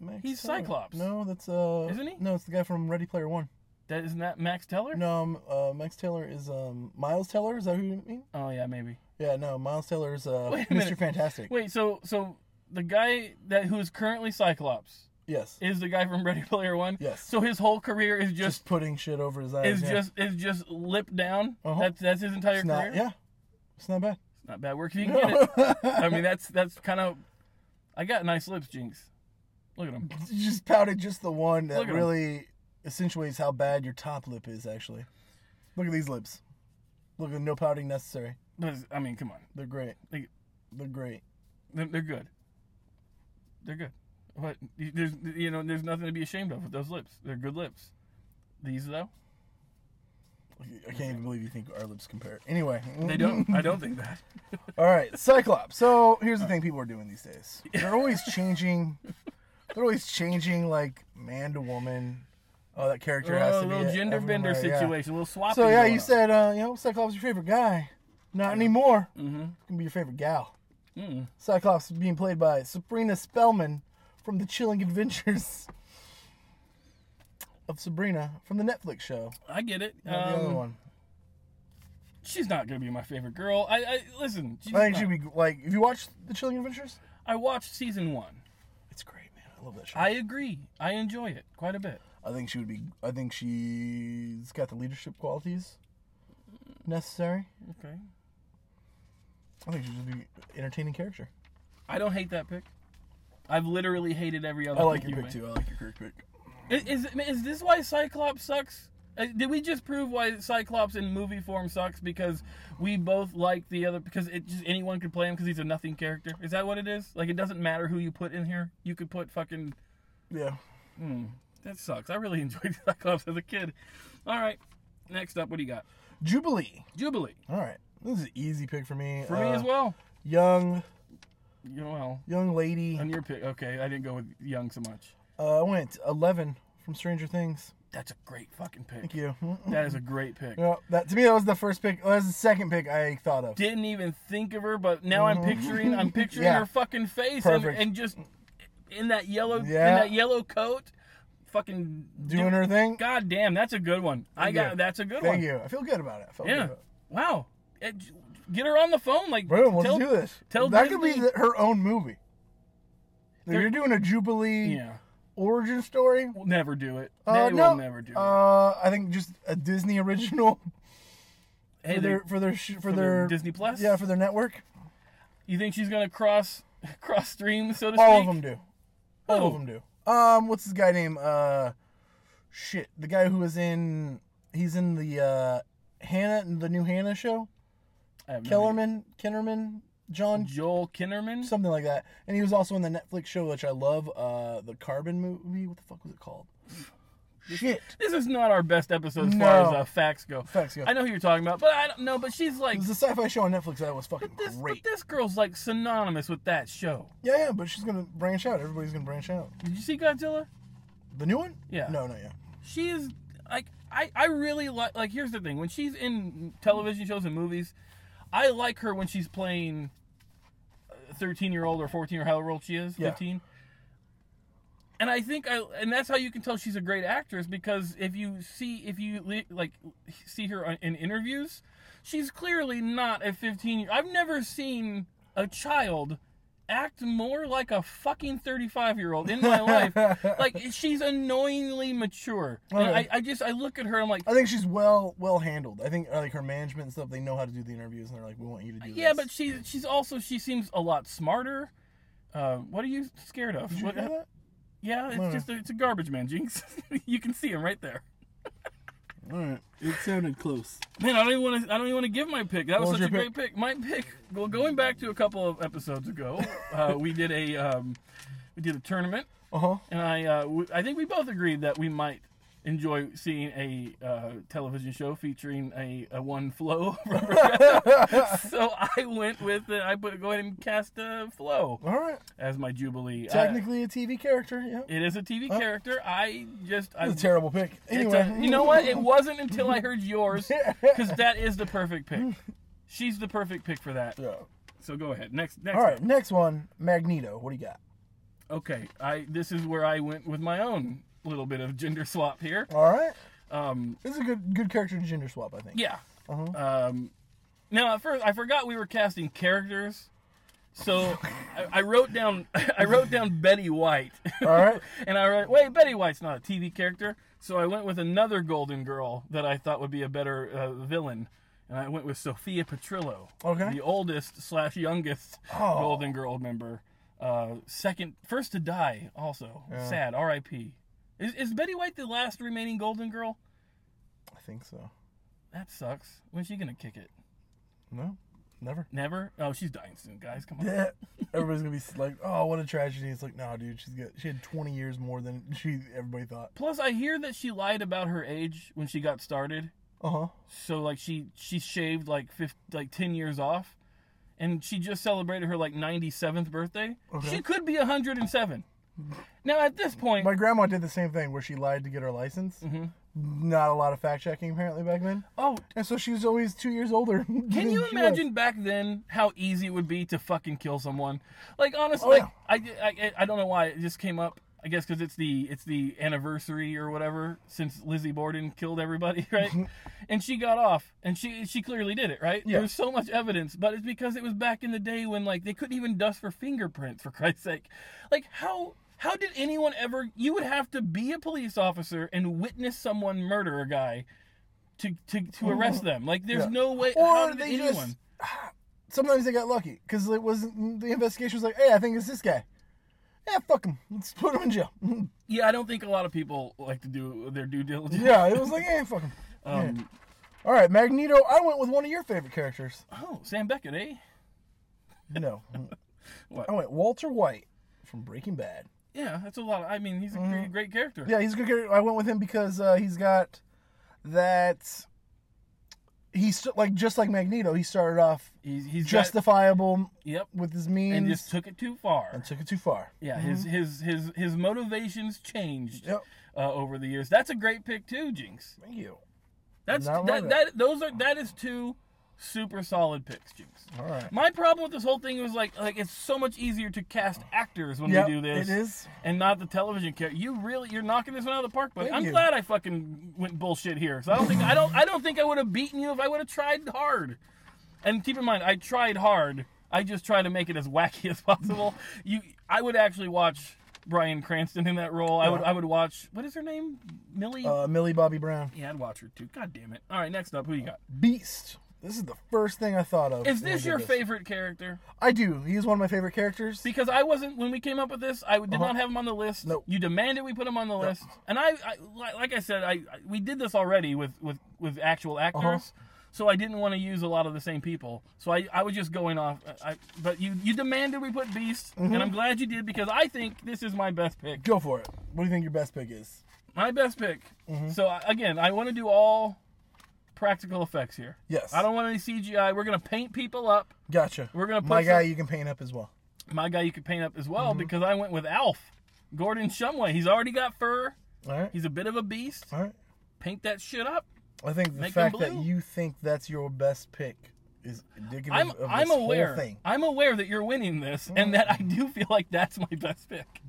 E: Max
D: he's
E: Teller.
D: Cyclops.
E: No, that's uh.
D: Isn't he?
E: No, it's the guy from Ready Player One.
D: That isn't that Max Teller?
E: No, um, uh, Max Taylor is um Miles Taylor. Is that who you mean?
D: Oh yeah, maybe.
E: Yeah, no, Miles Taylor's uh,
D: Wait a
E: Mr.
D: minute.
E: Fantastic.
D: Wait, so so the guy that who is currently Cyclops
E: Yes.
D: is the guy from Ready Player One.
E: Yes.
D: So his whole career is
E: just
D: just,
E: putting shit over his eyes.
D: is
E: yeah.
D: just is just lip down.
E: Uh-huh.
D: That's that's his entire
E: it's
D: career.
E: not, yeah. It's not bad.
D: It's not bad work. if You can get it. I mean, that's that's kind of. I got nice lips, Jinx. Look at him.
E: You just pouted just the one that
D: Look at 'em.
E: really accentuates how bad your top lip is actually. Look at these lips. Look at no pouting necessary.
D: But it's- I mean, come on.
E: They're great.
D: Like,
E: They're great.
D: They're, they're good. They're good. But y- there's you know there's nothing to be ashamed of with those lips. They're good lips. These though,
E: I can't even believe you think our lips compare. Anyway,
D: they don't. I don't think that.
E: All right, Cyclops. So here's the thing people are doing these days. They're always changing. They're always changing like man to woman. Oh, that character has
D: Oh, a
E: to be
D: little
E: it
D: gender bender
E: everywhere, yeah.
D: situation, a little swapping.
E: So yeah,
D: going
E: you
D: on.
E: said uh, you know Cyclops is your favorite guy. Not anymore. Mm-hmm. Mm. It's gonna be your favorite gal. Cyclops is being played by Sabrina Spellman from the Chilling Adventures of Sabrina from the Netflix show.
D: I get it.
E: Not the other
D: Um,
E: one.
D: she's not gonna be my favorite girl. I, I listen. She's
E: I think
D: not-
E: she'd be like, if you watch the Chilling Adventures,
D: I watched season one.
E: it's great, man. I love that show.
D: I agree. I enjoy it quite a bit.
E: I think she would be. I think she's got the leadership qualities necessary.
D: Okay.
E: I think she would be entertaining character.
D: I don't hate that pick. I've literally hated every other.
E: I like
D: pick
E: your
D: you
E: pick
D: made.
E: too. I like your pick.
D: Is, is is this why Cyclops sucks? Uh, Did we just prove why Cyclops in movie form sucks because we both like the other because it just anyone could play him because he's a nothing character? Is that what it is? Like it doesn't matter who you put in here. You could put fucking
E: Yeah.
D: that sucks. I really enjoyed Cyclops as a kid. All right, next up, what do you got?
E: Jubilee.
D: Jubilee
E: All right. This is an easy pick for me. Uh,
D: for me as well.
E: Young,
D: You know, well,
E: young lady.
D: on your pick. Okay, I didn't go with Young so much.
E: Uh, I went Eleven from Stranger Things.
D: That's a great fucking pick.
E: Thank you. Mm-mm.
D: That is a great pick.
E: You know, that to me that was the first pick. That was the second pick I thought of.
D: didn't even think of her, but now I'm picturing I'm picturing
E: Mm-hmm. Yeah.
D: her fucking face and,
E: Perfect.
D: and just in that yellow in
E: Yeah.
D: that yellow coat, fucking
E: Doing her thing.
D: God damn, that's a good one. I got
E: you.
D: that's a good
E: Thank
D: one.
E: you. I feel good about it. I felt good
D: Yeah.
E: about it.
D: Wow. It- get her on the phone, like
E: Bro, let's
D: tell-
E: do this.
D: Tell
E: that
D: Disney,
E: could be the, her own movie. If
D: There-
E: you're doing a Jubilee
D: yeah.
E: origin story.
D: We'll never do it.
E: Uh,
D: they
E: no,
D: will never do it.
E: Uh, I think just a Disney original
D: Hey,
E: for
D: they-
E: their for their sh-
D: their
E: for, their
D: Disney Plus?
E: Yeah, for their network.
D: you think she's gonna cross cross stream, so to speak? Oh,
E: All of them do. All of
D: Who?
E: them do. Um, what's this guy name? Uh, shit, the guy who was in he's in the uh Hannah the new Hannah show.
D: I have no idea.
E: Kellerman, Kinnerman, John,
D: Joel Kinnerman.
E: something like that. And he was also in the Netflix show, which I love, uh, the Carbon movie. What the fuck was it called? Shit.
D: This is not our best episode as far as
E: No.
D: uh, facts go.
E: Facts go.
D: I know who you're talking about, but I don't know. But she's
E: It
D: like
E: was a sci-fi show on Netflix that was fucking
D: this, but
E: great.
D: this girl's like synonymous with that show.
E: Yeah, yeah, but she's gonna branch out. Everybody's gonna branch out.
D: Did you see Godzilla?
E: The new one?
D: Yeah.
E: No, not yet.
D: She is like I I really like like here's the thing when she's in television shows and movies, I like her when she's playing thirteen year old or fourteen or however old she is
E: Yeah.
D: fifteen. And I think I and that's how you can tell she's a great actress because if you see if you li- like see her on- in interviews, she's clearly not a fifteen. year I've never seen a child act more like a fucking 35 year old in my life like she's annoyingly mature and I,
E: Okay.
D: I just i look at her i'm like
E: I think she's well well handled. I think uh, like her management and stuff, they know how to do the interviews, and they're like, we want you to do
D: Yeah,
E: this.
D: but she she's also she seems a lot smarter. Uh, what are you scared of?
E: Did you
D: What-
E: hear that?
D: Yeah, it's
E: Wow.
D: just a, it's a garbage man, Jinx. you can see him right there.
E: All right, it sounded close.
D: Man, I don't even want to. I don't even want to give my pick. That was,
E: What was
D: such a
E: your
D: great pick. My pick. Well, going back to a couple of episodes ago, uh, we did a um, we did a tournament,
E: Uh huh.
D: and I uh, w- I think we both agreed that we might enjoy seeing a uh, television show featuring a, a one flow. so I went with uh, I put go ahead and cast a flow.
E: All right.
D: as my Jubilee.
E: Technically a TV character. Yeah.
D: I- it is a TV character. I just, I,
E: It's a terrible pick.
D: it's
E: Anyway,
D: a- you know what? It wasn't until I heard yours because that is the perfect pick. She's the perfect pick for that.
E: Yeah.
D: So go ahead. Next, next.
E: All right,
D: up.
E: next one, Magneto. What do you got?
D: Okay. I this is where I went with my own little bit of gender swap here.
E: All right.
D: Um,
E: This is a good good character to gender swap, I think.
D: yeah.
E: Uh-huh.
D: Um, now at first I forgot we were casting characters, so I, I wrote down I wrote down Betty White.
E: All right.
D: And I went, wait, Betty White's not a TV character. So I went with another Golden Girl that I thought would be a better uh, villain. And I went with Sophia Petrillo.
E: Okay.
D: The oldest slash youngest
E: Oh.
D: Golden Girl member. Uh, second, first to die, also. Sad, RIP. Is, is Betty White the last remaining Golden Girl?
E: I think so.
D: That sucks. When's she going to kick it?
E: No, never.
D: Never? Oh, she's dying soon, guys. Come on.
E: Yeah. Everybody's gonna be like, "Oh, what a tragedy!" It's like, no, dude, she's got she had 20 years more than she everybody thought.
D: Plus, I hear that she lied about her age when she got started.
E: Uh
D: Uh-huh.
E: huh.
D: So like she she shaved like fif like ten years off, and she just celebrated her like ninety seventh birthday. She could be hundred and seven. Now at this point,
E: My grandma did the same thing where she lied to get her license, not a lot of fact checking apparently back then.
D: Mm-hmm. Oh,
E: And so she was always two years older.
D: Can
E: than
D: you
E: she was.
D: imagine back then how easy it would be to fucking kill someone? Like honestly,
E: Oh, yeah.
D: like, I, I I don't know why it just came up. I guess because it's the it's the anniversary or whatever since Lizzie Borden killed everybody, right? and she got off, and she she clearly did it, right?
E: Yeah.
D: There's so much evidence, but it's because it was back in the day when like they couldn't even dust for fingerprints for Christ's sake. Like how how did anyone ever? You would have to be a police officer and witness someone murder a guy. To, to, to arrest them like there's
E: Mm-hmm. Yeah.
D: no way how
E: Or
D: did
E: they
D: anyone
E: just sometimes they got lucky because it wasn't the investigation was like, hey, I think it's this guy. Yeah, fuck him. Let's put him in jail.
D: Yeah, I don't think a lot of people like to do their due diligence.
E: yeah, it was like, eh, fuck him.
D: Um,
E: All right, Magneto. I went with one of your favorite characters.
D: Oh, Sam Beckett, eh?
E: No,
D: What?
E: I went Walter White from Breaking Bad.
D: Yeah, that's a lot. Of, I mean, he's a great, great character.
E: Mm-hmm. Yeah, he's a good. character. I went with him because uh, he's got that. He's st- like just like Magneto. He started off
D: He's, he's got-
E: justifiable
D: yep,
E: with his means
D: and just took it too far.
E: and took it too far.
D: yeah, his his his his motivations changed
E: Mm-hmm. Yep.
D: uh, over the years. That's a great pick too, Jinx.
E: Thank you.
D: That's
E: Not wrong
D: that,
E: with
D: that those are that is two super solid picks, Jinx.
E: All right.
D: My problem with this whole thing was like like it's so much easier to cast actors when
E: Yep,
D: we do this.
E: it is.
D: And not the television character. You really you're knocking this one out of the park, but
E: Thank
D: I'm
E: you.
D: glad I fucking went bullshit here. So I don't think I don't I don't think I would have beaten you if I would have tried hard. And keep in mind, I tried hard. I just try to make it as wacky as possible. You I would actually watch Brian Cranston in that role. I would I would watch what is her name? Millie
E: Uh-huh. Uh, Millie Bobby Brown.
D: yeah, I'd watch her too. God damn it. All right, next up, who you got?
E: oh Beast. This is the first thing I thought of.
D: Is
E: when I
D: this
E: did
D: your favorite character?
E: I do. He's one of my favorite characters.
D: Because I wasn't when we came up with this, I did not have him on the list.
E: Nope.
D: You demanded we put him on the list, and I, I li- like I said, I, I we did this already with with with actual actors, so I didn't want to use a lot of the same people. So I, I was just going off. uh, I, but you you demanded we put Beast, and I'm glad you did because I think this is my best pick.
E: Go for it. What do you think your best pick is?
D: My best pick. So I- again, I want to do all practical effects here.
E: Yes.
D: I don't want any CGI. We're gonna paint people up.
E: Gotcha.
D: We're gonna
E: my
D: put
E: guy.
D: some-
E: You can paint up as well.
D: my guy you could paint up as well
E: Mm-hmm.
D: because I went with Alf, Gordon Shumway. He's already got fur.
E: All right.
D: He's a bit of a beast.
E: All right.
D: Paint that shit up.
E: I think the
D: Make him
E: fact that
D: blue.
E: you think that's your best pick is indicative
D: I'm
E: of this
D: I'm aware.
E: whole thing. Mm.
D: I'm aware that you're winning this and that I do feel like that's my best pick.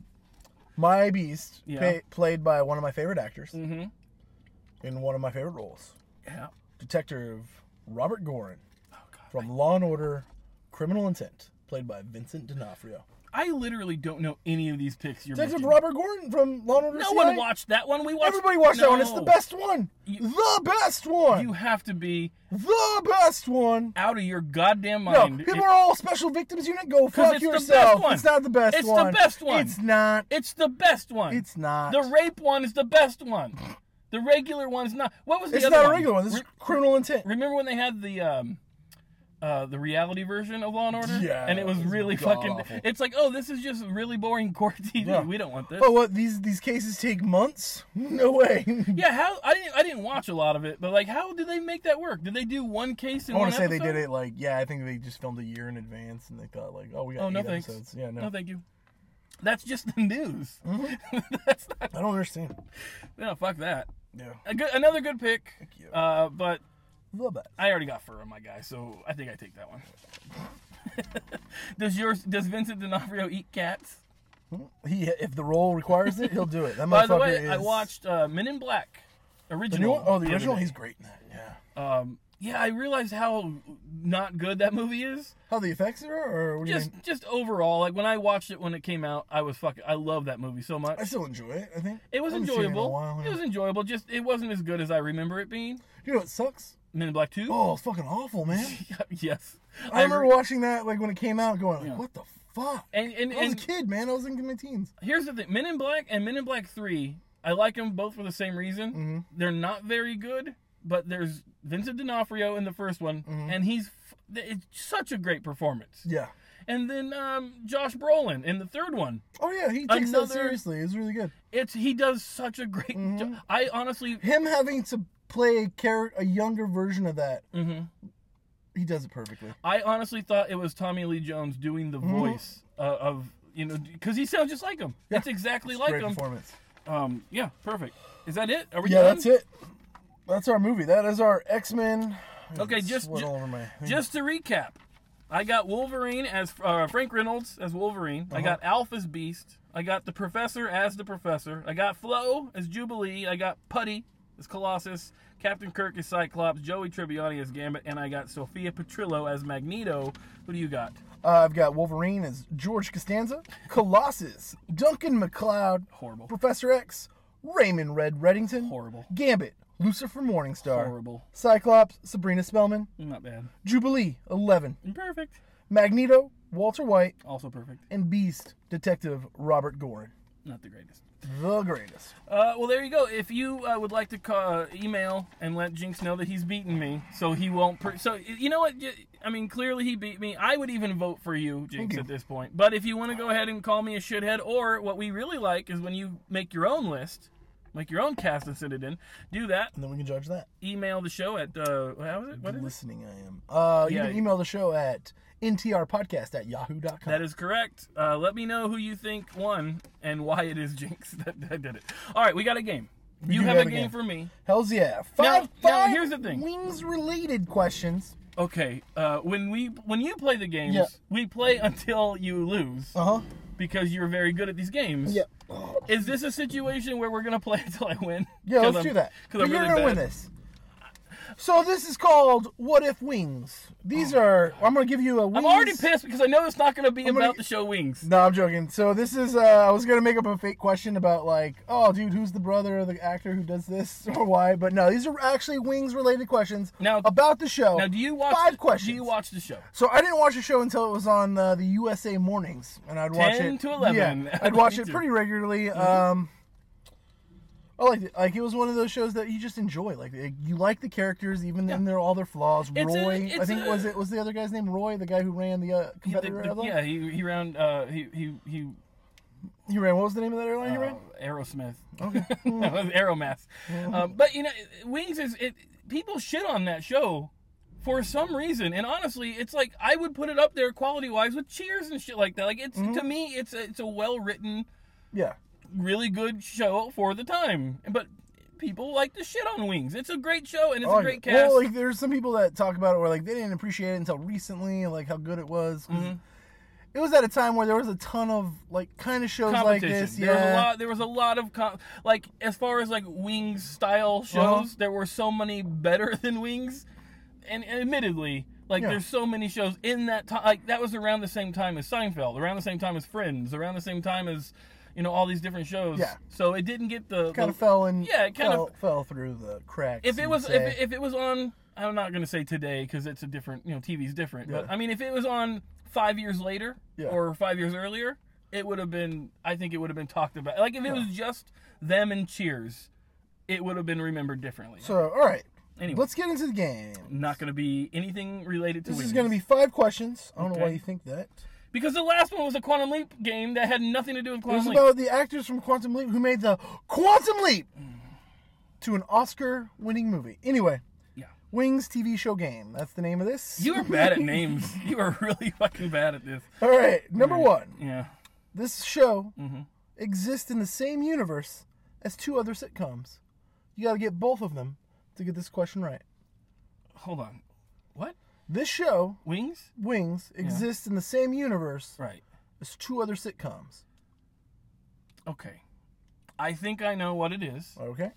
E: My Beast,
D: Yeah.
E: pa- played by one of my favorite actors
D: Mm-hmm.
E: in one of my favorite roles,
D: Yeah.
E: Detective Robert Gorin
D: Oh,
E: from Law and Order: Criminal Intent, played by Vincent D'Onofrio.
D: I literally don't know any of these picks you're
E: Detective
D: making.
E: Robert Gorin from Law and Order.
D: no
E: CI.
D: one watched that one. We watched
E: Everybody watch that one. It's the
D: No.
E: best one.
D: You-
E: the best one.
D: You have to be
E: the best one.
D: out of your goddamn
E: No,
D: mind.
E: people
D: It-
E: are all special victims unit. Go
D: 'Cause
E: fuck
D: it's the best
E: yourself.
D: one.
E: It's not the best
D: It's the
E: one.
D: best one.
E: It's not.
D: it's the best one.
E: It's not.
D: The rape one is the best one. The regular one's not. What was the
E: it's
D: other
E: not a
D: one?
E: regular one. This is
D: Re-
E: criminal intent.
D: Remember when they had the um, uh, the reality version of Law and Order?
E: Yeah,
D: and it was
E: it was
D: really fucking.
E: god-awful.
D: It's like, oh, this is just really boring court TV.
E: Yeah.
D: We don't want this.
E: Oh, what? These these cases take months? No way.
D: Yeah, how I didn't I didn't watch a lot of it, but like, how did they make that work? Did they do one case in
E: I
D: one
E: want to say they
D: episode?
E: did it like yeah. I think they just filmed a year in advance, and they thought like, oh, we got
D: Oh
E: eight
D: no, thanks.
E: episodes. Yeah, no, Mm-hmm.
D: no, thank you. That's just the news.
E: I don't understand.
D: No, fuck that.
E: Yeah,
D: A good, another good pick.
E: Thank you.
D: Uh, but
E: the best.
D: I already got fur on my guy, so I think I take that one. does yours? Does Vincent D'Onofrio eat cats?
E: He, if the role requires it, he'll do it. That
D: By the
E: motherfucker
D: way, I
E: is-
D: watched uh, Men in Black
E: the new
D: original.
E: one. Oh, the
D: other
E: original.
D: day.
E: He's great in that. Yeah.
D: Um, yeah, I realized how not good that movie is.
E: How the effects are, or what do you
D: Just,
E: think?
D: just overall, like when I watched it when it came out, I was fucking. I love that movie so much.
E: I still enjoy it. I think
D: It was
E: I haven't seen in a
D: enjoyable.
E: while,
D: It
E: yeah.
D: was enjoyable. Just it wasn't as good as I remember it being.
E: You know what sucks?
D: Men in Black Two.
E: Oh, it's fucking awful, man.
D: yes.
E: I remember
D: re-
E: watching that like when it came out, going, like,
D: Yeah.
E: "What the fuck?"
D: And and,
E: I was a
D: and
E: kid, man. I was in my teens.
D: here's the thing: Men in Black and Men in Black Three. I like them both for the same reason.
E: Mm-hmm.
D: They're not very good, but there's Vincent D'Onofrio in the first one,
E: Mm-hmm.
D: and he's f- it's such a great performance.
E: Yeah.
D: And then um, Josh Brolin in the third one.
E: Oh yeah, he takes
D: Another-
E: that seriously. It's really good.
D: It's he does such a great.
E: Mm-hmm.
D: jo- I honestly,
E: Him having to play a character, a younger version of that,
D: Mhm.
E: he does it perfectly.
D: I honestly thought it was Tommy Lee Jones
E: Mm-hmm.
D: doing the voice uh, of you know because he sounds just like him. It's exactly like
E: Great
D: him.
E: performance.
D: Um, yeah, perfect. Is that it? Are we
E: Yeah,
D: done?
E: that's it. That's our movie. That is our X Men.
D: Okay, just
E: Sweat
D: ju-
E: all over my thing.
D: just to recap, I got Wolverine as uh, Frank Reynolds as Wolverine. I got Alf as Beast. I got the Professor as the Professor. I got Flo as Jubilee. I got Putty as Colossus. Captain Kirk as Cyclops. Joey Tribbiani as Gambit, and I got Sophia Petrillo as Magneto. Who do you got?
E: Uh, I've got Wolverine as George Costanza, Colossus, Duncan McLeod,
D: Horrible.
E: Professor X, Raymond Red Reddington,
D: Horrible.
E: Gambit, Lucifer Morningstar,
D: Horrible.
E: Cyclops, Sabrina Spellman,
D: Not bad.
E: Jubilee, Eleven,
D: Perfect.
E: Magneto, Walter White,
D: Also perfect.
E: and Beast, Detective Robert Gorin,
D: Not the greatest.
E: the greatest.
D: Uh, well, there you go. If you uh, would like to ca- uh, email and let Jinx know that he's beaten me, so he won't. Per- so y- you know what? J- I mean, clearly he beat me. I would even vote for you, Jinx,
E: you.
D: at this point. But if you want to go ahead and call me a shithead, or what we really like is when you make your own list, make your own cast and send it in. Do that.
E: And then we can judge that.
D: Email the show at uh, how is it? What is it?
E: Listening, I am. Uh,
D: Yeah,
E: you can
D: you-
E: email the show at ntrpodcast at yahoo.com.
D: That is correct. Uh, let me know who you think won and why it is Jinx that, that did it. All right, we got a game. You
E: do
D: have
E: got
D: a
E: a
D: game
E: game.
D: for me.
E: Hell's yeah.
D: Now-
E: Five,
D: now,
E: five
D: here's the thing.
E: Wings related questions.
D: Okay, uh, when we when you play the games,
E: Yeah.
D: we play until you lose
E: Uh huh.
D: because you're very good at these games.
E: Yeah.
D: Is this a situation where we're gonna play until I win?
E: Yeah,
D: 'Cause
E: let's
D: I'm-
E: do that.
D: Cause I'm
E: you're
D: really
E: gonna
D: bad.
E: win this. So this is called What If Wings. These are I'm gonna give you a wings.
D: Oh. I'm already pissed because I know it's not gonna be
E: I'm
D: about
E: gonna-
D: the show wings.
E: No, I'm joking. So this is uh I was gonna make up a fake question about like, oh dude, who's the brother of the actor who does this or why? But no, these are actually wings related questions
D: Now-
E: about the show.
D: Now, do you watch
E: five
D: the,
E: questions?
D: Do you watch the show?
E: So I didn't watch the show until it was on uh, the USA mornings, and I'd watch
D: 10
E: it.
D: to 11.
E: Yeah, I'd watch
D: Me too.
E: it
D: Mm-hmm.
E: pretty regularly. Um, I liked it. Like it was one of those shows that you just enjoy. Like it- you like the characters, even in their all their flaws.
D: It's a-
E: Roy, I
D: it's
E: think
D: a-
E: was it was the other guy's name Roy, the guy who ran the uh,
D: He- the-
E: competitor
D: the-
E: airline.
D: yeah, he he ran. Uh, he he he.
E: He ran. What was the name of that airline he
D: uh,
E: ran?
D: Aerosmith. Okay. Aeromath. Um, but you know, Wings is it. People shit on that show for some reason, and honestly, it's like I would put it up there quality wise with Cheers and shit like that. Like it's to me, it's a, it's a well written,
E: Yeah.
D: really good show for the time. But people like to shit on Wings. It's a great show and it's
E: I
D: a
E: like
D: great
E: it.
D: cast.
E: Oh, Well, like there's some people that talk about it where like they didn't appreciate it until recently, like how good it was. 'cause
D: Mm-hmm.
E: It was at a time where there was a ton of like kind of shows like
D: competition.
E: this.
D: There
E: yeah.
D: was a lot. There was a lot of com- like as far as like Wings style shows,
E: Uh-huh.
D: there were so many better than Wings, and, and admittedly, like
E: Yeah.
D: there's so many shows in that time. Like that was around the same time as Seinfeld, around the same time as Friends, around the same time as you know all these different shows.
E: Yeah.
D: So it didn't get the
E: kind of
D: the-
E: fell in.
D: Yeah, it kind
E: fell,
D: of-
E: fell through the cracks.
D: If it
E: you'd
D: was if,
E: say.
D: it- if it was on, I'm not gonna say today because it's a different you know TV's different. But
E: Yeah.
D: I mean, if it was on five years later
E: Yeah.
D: or five years earlier, it would have been. I think it would have been talked about. Like if it was just them and Cheers, it would have been remembered differently.
E: so, all right.
D: Anyway.
E: let's get into the game.
D: not gonna be anything related to
E: This is
D: Wings.
E: going to be five questions. I don't know why
D: Okay.
E: you think that.
D: because the last one was a Quantum Leap game that had nothing to do with
E: It was
D: Quantum Leap.
E: about the actors from Quantum Leap who made the Quantum Leap to an Oscar-winning movie. Anyway,
D: Yeah.
E: Wings TV show game. That's the name of this.
D: You are bad at names. You are really fucking bad at this.
E: all right, number one.
D: Yeah.
E: This show
D: Mm-hmm.
E: exists in the same universe as two other sitcoms. You got to get both of them to get this question right.
D: Hold on. What?
E: This show,
D: Wings?
E: Wings, exists in the same universe
D: Right.
E: It's two other sitcoms.
D: Okay. I think I know what it is.
E: Okay.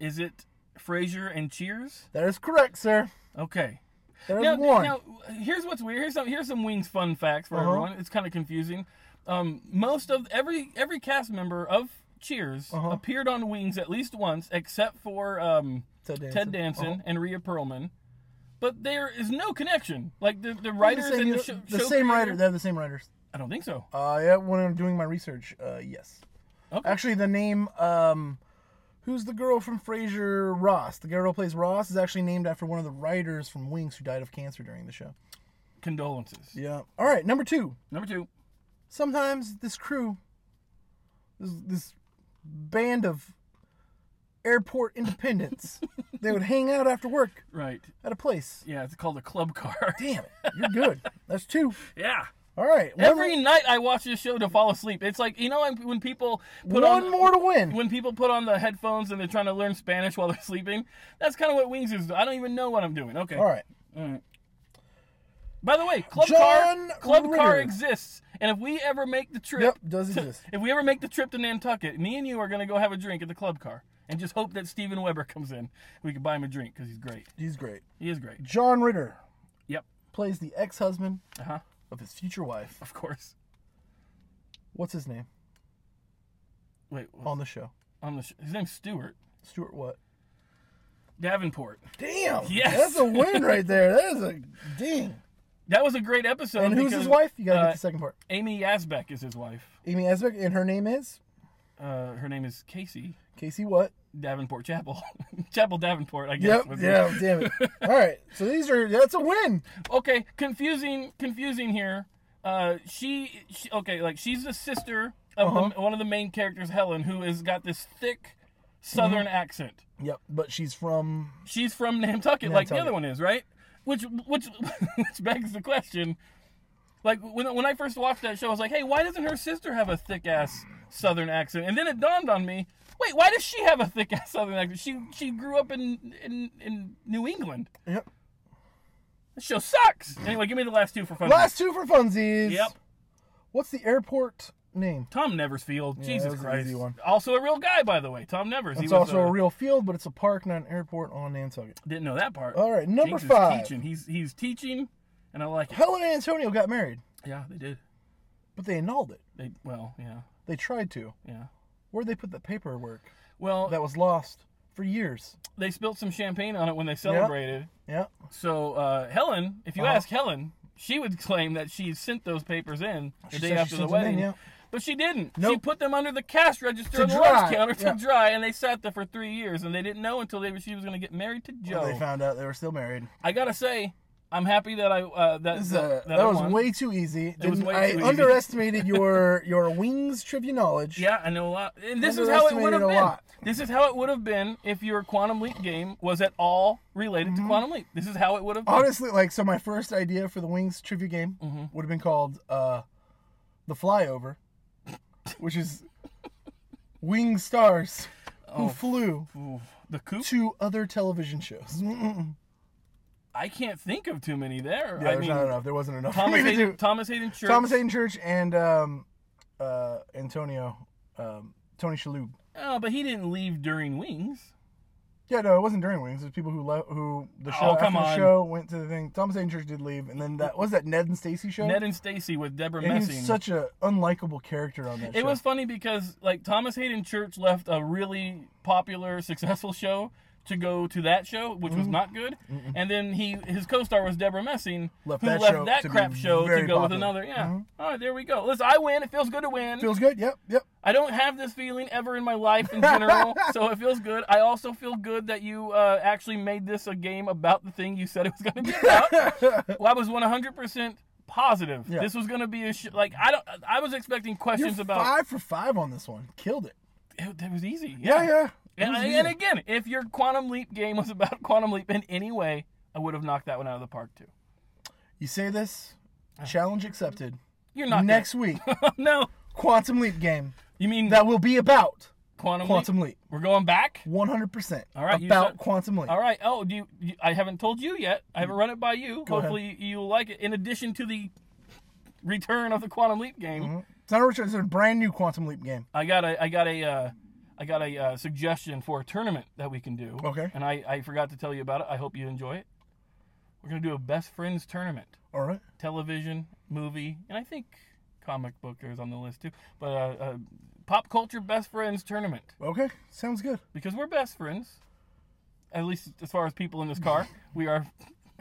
D: Is it Frasier and Cheers?
E: That is correct, sir.
D: Okay.
E: There is
D: Now,
E: one.
D: now, here's what's weird. Here's some here's some Wings fun facts for
E: Uh-huh.
D: everyone. It's kind of confusing. Um, most of every every cast member of Cheers
E: Uh-huh.
D: appeared on Wings at least once, except for um,
E: Ted Danson. Uh-huh.
D: Ted Danson and Rhea Perlman. But there is no connection. Like the, the writers
E: the same,
D: and the,
E: uni-
D: show,
E: the
D: show
E: same
D: creator-
E: writer. They're the same writers.
D: I don't think so.
E: Uh, yeah, when I'm doing my research, uh, yes.
D: Okay.
E: Actually, the name, um, who's the girl from Frasier? Ross. The girl who plays Ross is actually named after one of the writers from Wings who died of cancer during the show.
D: Condolences.
E: Yeah. All right, number two.
D: Number two.
E: Sometimes this crew, this, this band of airport independents, they would hang out after work
D: Right.
E: at a place.
D: Yeah, it's called a club car.
E: Damn it. You're good. That's two.
D: yeah.
E: All right. One,
D: Every night I watch this show to fall asleep. It's like you know I'm- when people put
E: one
D: on
E: more to win.
D: when people put on the headphones and they're trying to learn Spanish while they're sleeping. That's kind of what Wings is. I don't even know what I'm doing. Okay.
E: All right.
D: By the way, Club
E: John
D: Car Club Car
E: Ritter.
D: exists, and if we ever make the trip,
E: Yep, does exist.
D: if we ever make the trip to Nantucket, me and you are gonna go have a drink at the Club Car. And just hope that Steven Weber comes in. We can buy him a drink because he's great.
E: He's great.
D: He is great.
E: John Ritter
D: Yep.
E: plays the ex-husband
D: Uh huh.
E: of his future wife.
D: Of course.
E: What's his name
D: Wait. what-
E: on the show?
D: On the sh- his name's Stewart
E: Stuart what?
D: Davenport.
E: Damn.
D: Yes.
E: That's a win right there. That is a ding.
D: That was a great episode.
E: And who's
D: because,
E: his wife? You gotta
D: uh,
E: get the second part.
D: Amy Asbeck is his wife.
E: Amy Asbeck, and her name is
D: Uh, her name is Casey
E: Casey what?
D: Davenport Chapel. Chapel Davenport, I guess.
E: Yep.
D: would be-
E: Yeah. Damn it. All right. So these are that's a win.
D: Okay, confusing, confusing here. Uh, she, she, okay, like she's the sister of
E: Uh-huh.
D: the, one of the main characters, Helen, who has got this thick
E: Mm-hmm.
D: Southern accent.
E: Yep. But she's from
D: She's from Nantucket, like the
E: Nantucket.
D: other one is, right? Which, which, which begs the question. Like when when I first watched that show, I was like, "Hey, why doesn't her sister have a thick ass Southern accent?" And then it dawned on me, "Wait, why does she have a thick ass Southern accent? She she grew up in in, in New England.
E: Yep.
D: This show sucks." Anyway, give me the last two for fun.
E: Last two for funsies.
D: Yep.
E: What's the airport name?
D: Tom Neversfield.
E: that
D: Jesus
E: was an
D: Christ.
E: easy one.
D: Also a real guy, by the way. Tom Nevers.
E: It's
D: was,
E: also
D: uh,
E: a real field, but it's a park, not an airport on Nantucket.
D: Didn't know that part.
E: All right, number
D: Jinx is
E: five.
D: Teaching. He's he's teaching, and I like it.
E: Helen and Antonio got married,
D: Yeah, they did.
E: but they annulled it.
D: They well, yeah,
E: They tried to.
D: yeah.
E: Where'd they put that paperwork
D: Well,
E: that was lost for years?
D: they spilled some champagne on it when they celebrated.
E: Yeah.
D: So uh, Helen, if you
E: Uh-huh.
D: ask Helen, she would claim that she sent those papers in the
E: She
D: day
E: said she
D: after the
E: sent them in,
D: wedding.
E: yeah.
D: But she didn't. She
E: Nope.
D: put them under the cash register
E: To
D: on the
E: dry,
D: lunch counter to
E: yeah.
D: dry, and they sat there for three years, and they didn't know until they, she was going to get married to Joe.
E: Well, they found out they were still married.
D: I gotta say, I'm happy that I uh, that,
E: This is
D: that,
E: a-
D: that
E: that,
D: I
E: was
D: won.
E: way too easy.
D: It was
E: Didn't-
D: way
E: I
D: too easy.
E: underestimated your your wings trivia knowledge.
D: Yeah, I know a lot. And this is how it would have
E: Underestimated a
D: been.
E: lot.
D: This is how it would have been if your quantum leap game was at all related
E: Mm-hmm.
D: to quantum leap. This is how it would have been.
E: Honestly, like so, my first idea for the wings trivia game
D: Mm-hmm.
E: would have been called uh, the flyover, which is wing stars
D: Oh.
E: who flew
D: Ooh, the coup.
E: to other television shows.
D: I can't think of too many there.
E: Yeah,
D: I
E: there's
D: mean,
E: not enough. There wasn't enough
D: Thomas
E: for me to do.
D: Hayden, Thomas Hayden Church.
E: Thomas Hayden Church and um, uh, Antonio um, Tony Shalhoub.
D: Oh, but he didn't leave during Wings.
E: Yeah, no, it wasn't during Wings. It was people who left, who the show
D: Oh,
E: after
D: come
E: the
D: on.
E: show went to the thing. Thomas Hayden Church did leave, and then that was that Ned and Stacy show.
D: Ned and Stacy with Deborah
E: and
D: Messing.
E: he's such a unlikable character on that
D: It
E: show.
D: was funny because like Thomas Hayden Church left a really popular, successful show to go to that show, which
E: Mm-hmm.
D: was not good. And then he his co-star was Deborah Messing,
E: Left
D: who
E: that
D: left
E: show
D: that
E: to be
D: crap show to
E: very
D: go with
E: popular. Mm-hmm.
D: another. Yeah. All right, there we go. Listen, I win. It feels good to win.
E: feels good. Yep, yep.
D: I don't have this feeling ever in my life in general, so it feels good. I also feel good that you uh, actually made this a game about the thing you said it was going to be about. well, I was 100% positive.
E: Yeah.
D: This was going to be a sh- like I don't I was expecting
E: You're
D: questions about
E: five for five on this one. Killed it.
D: it, it was easy.
E: Yeah, yeah.
D: And,
E: It was
D: and
E: easy.
D: again, if your quantum leap game was about quantum leap in any way, I would have knocked that one out of the park too.
E: you say this. Challenge accepted.
D: You're Ah. not
E: Next week,
D: gonna- no,
E: quantum leap game
D: you mean
E: that will be about
D: quantum,
E: quantum
D: leap?
E: leap.
D: We're going back.
E: One hundred percent.
D: All right, you
E: about
D: said-
E: quantum leap.
D: All right. Oh, do you, you- I haven't told you yet. I haven't run it by you. Hopefully, you like it. In addition to the return of the quantum leap game,
E: It's not a return. It's a brand new quantum leap game.
D: I got a I got a uh, I got a uh, suggestion for a tournament that we can do.
E: Okay.
D: And I I forgot to tell you about it. I hope you enjoy it. We're gonna do a best friends tournament.
E: All right.
D: television, movie, and I think comic book is on the list too. But uh, uh, pop culture best friends tournament
E: Okay. Sounds good.
D: because we're best friends, at least as far as people in this car. we are,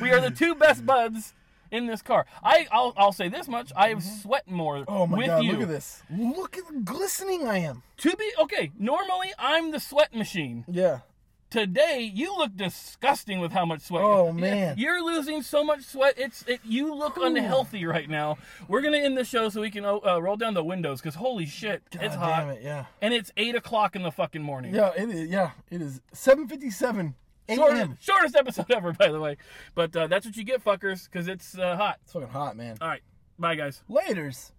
D: we are the two best buds in this car. I I'll, I'll say this much: I have sweat more
E: Oh my
D: with
E: god!
D: you.
E: Look at this. Look at the glistening I am.
D: To be okay, normally I'm the sweat machine.
E: Yeah.
D: Today you look disgusting with how much sweat.
E: Oh,
D: you-
E: man.
D: you're losing so much sweat. It's it, you look unhealthy right now. We're gonna end the show so we can oh, uh, roll down the windows because holy shit, it's
E: God
D: hot
E: Damn it. Yeah.
D: and it's eight o'clock in the fucking morning.
E: Yeah. It is. Yeah. It is. Seven fifty-seven
D: Shortest,
E: a.m.
D: shortest episode ever, by the way. But uh, that's what you get, fuckers, because it's uh, hot.
E: It's fucking hot, man.
D: All right, Bye, guys.
E: Laters.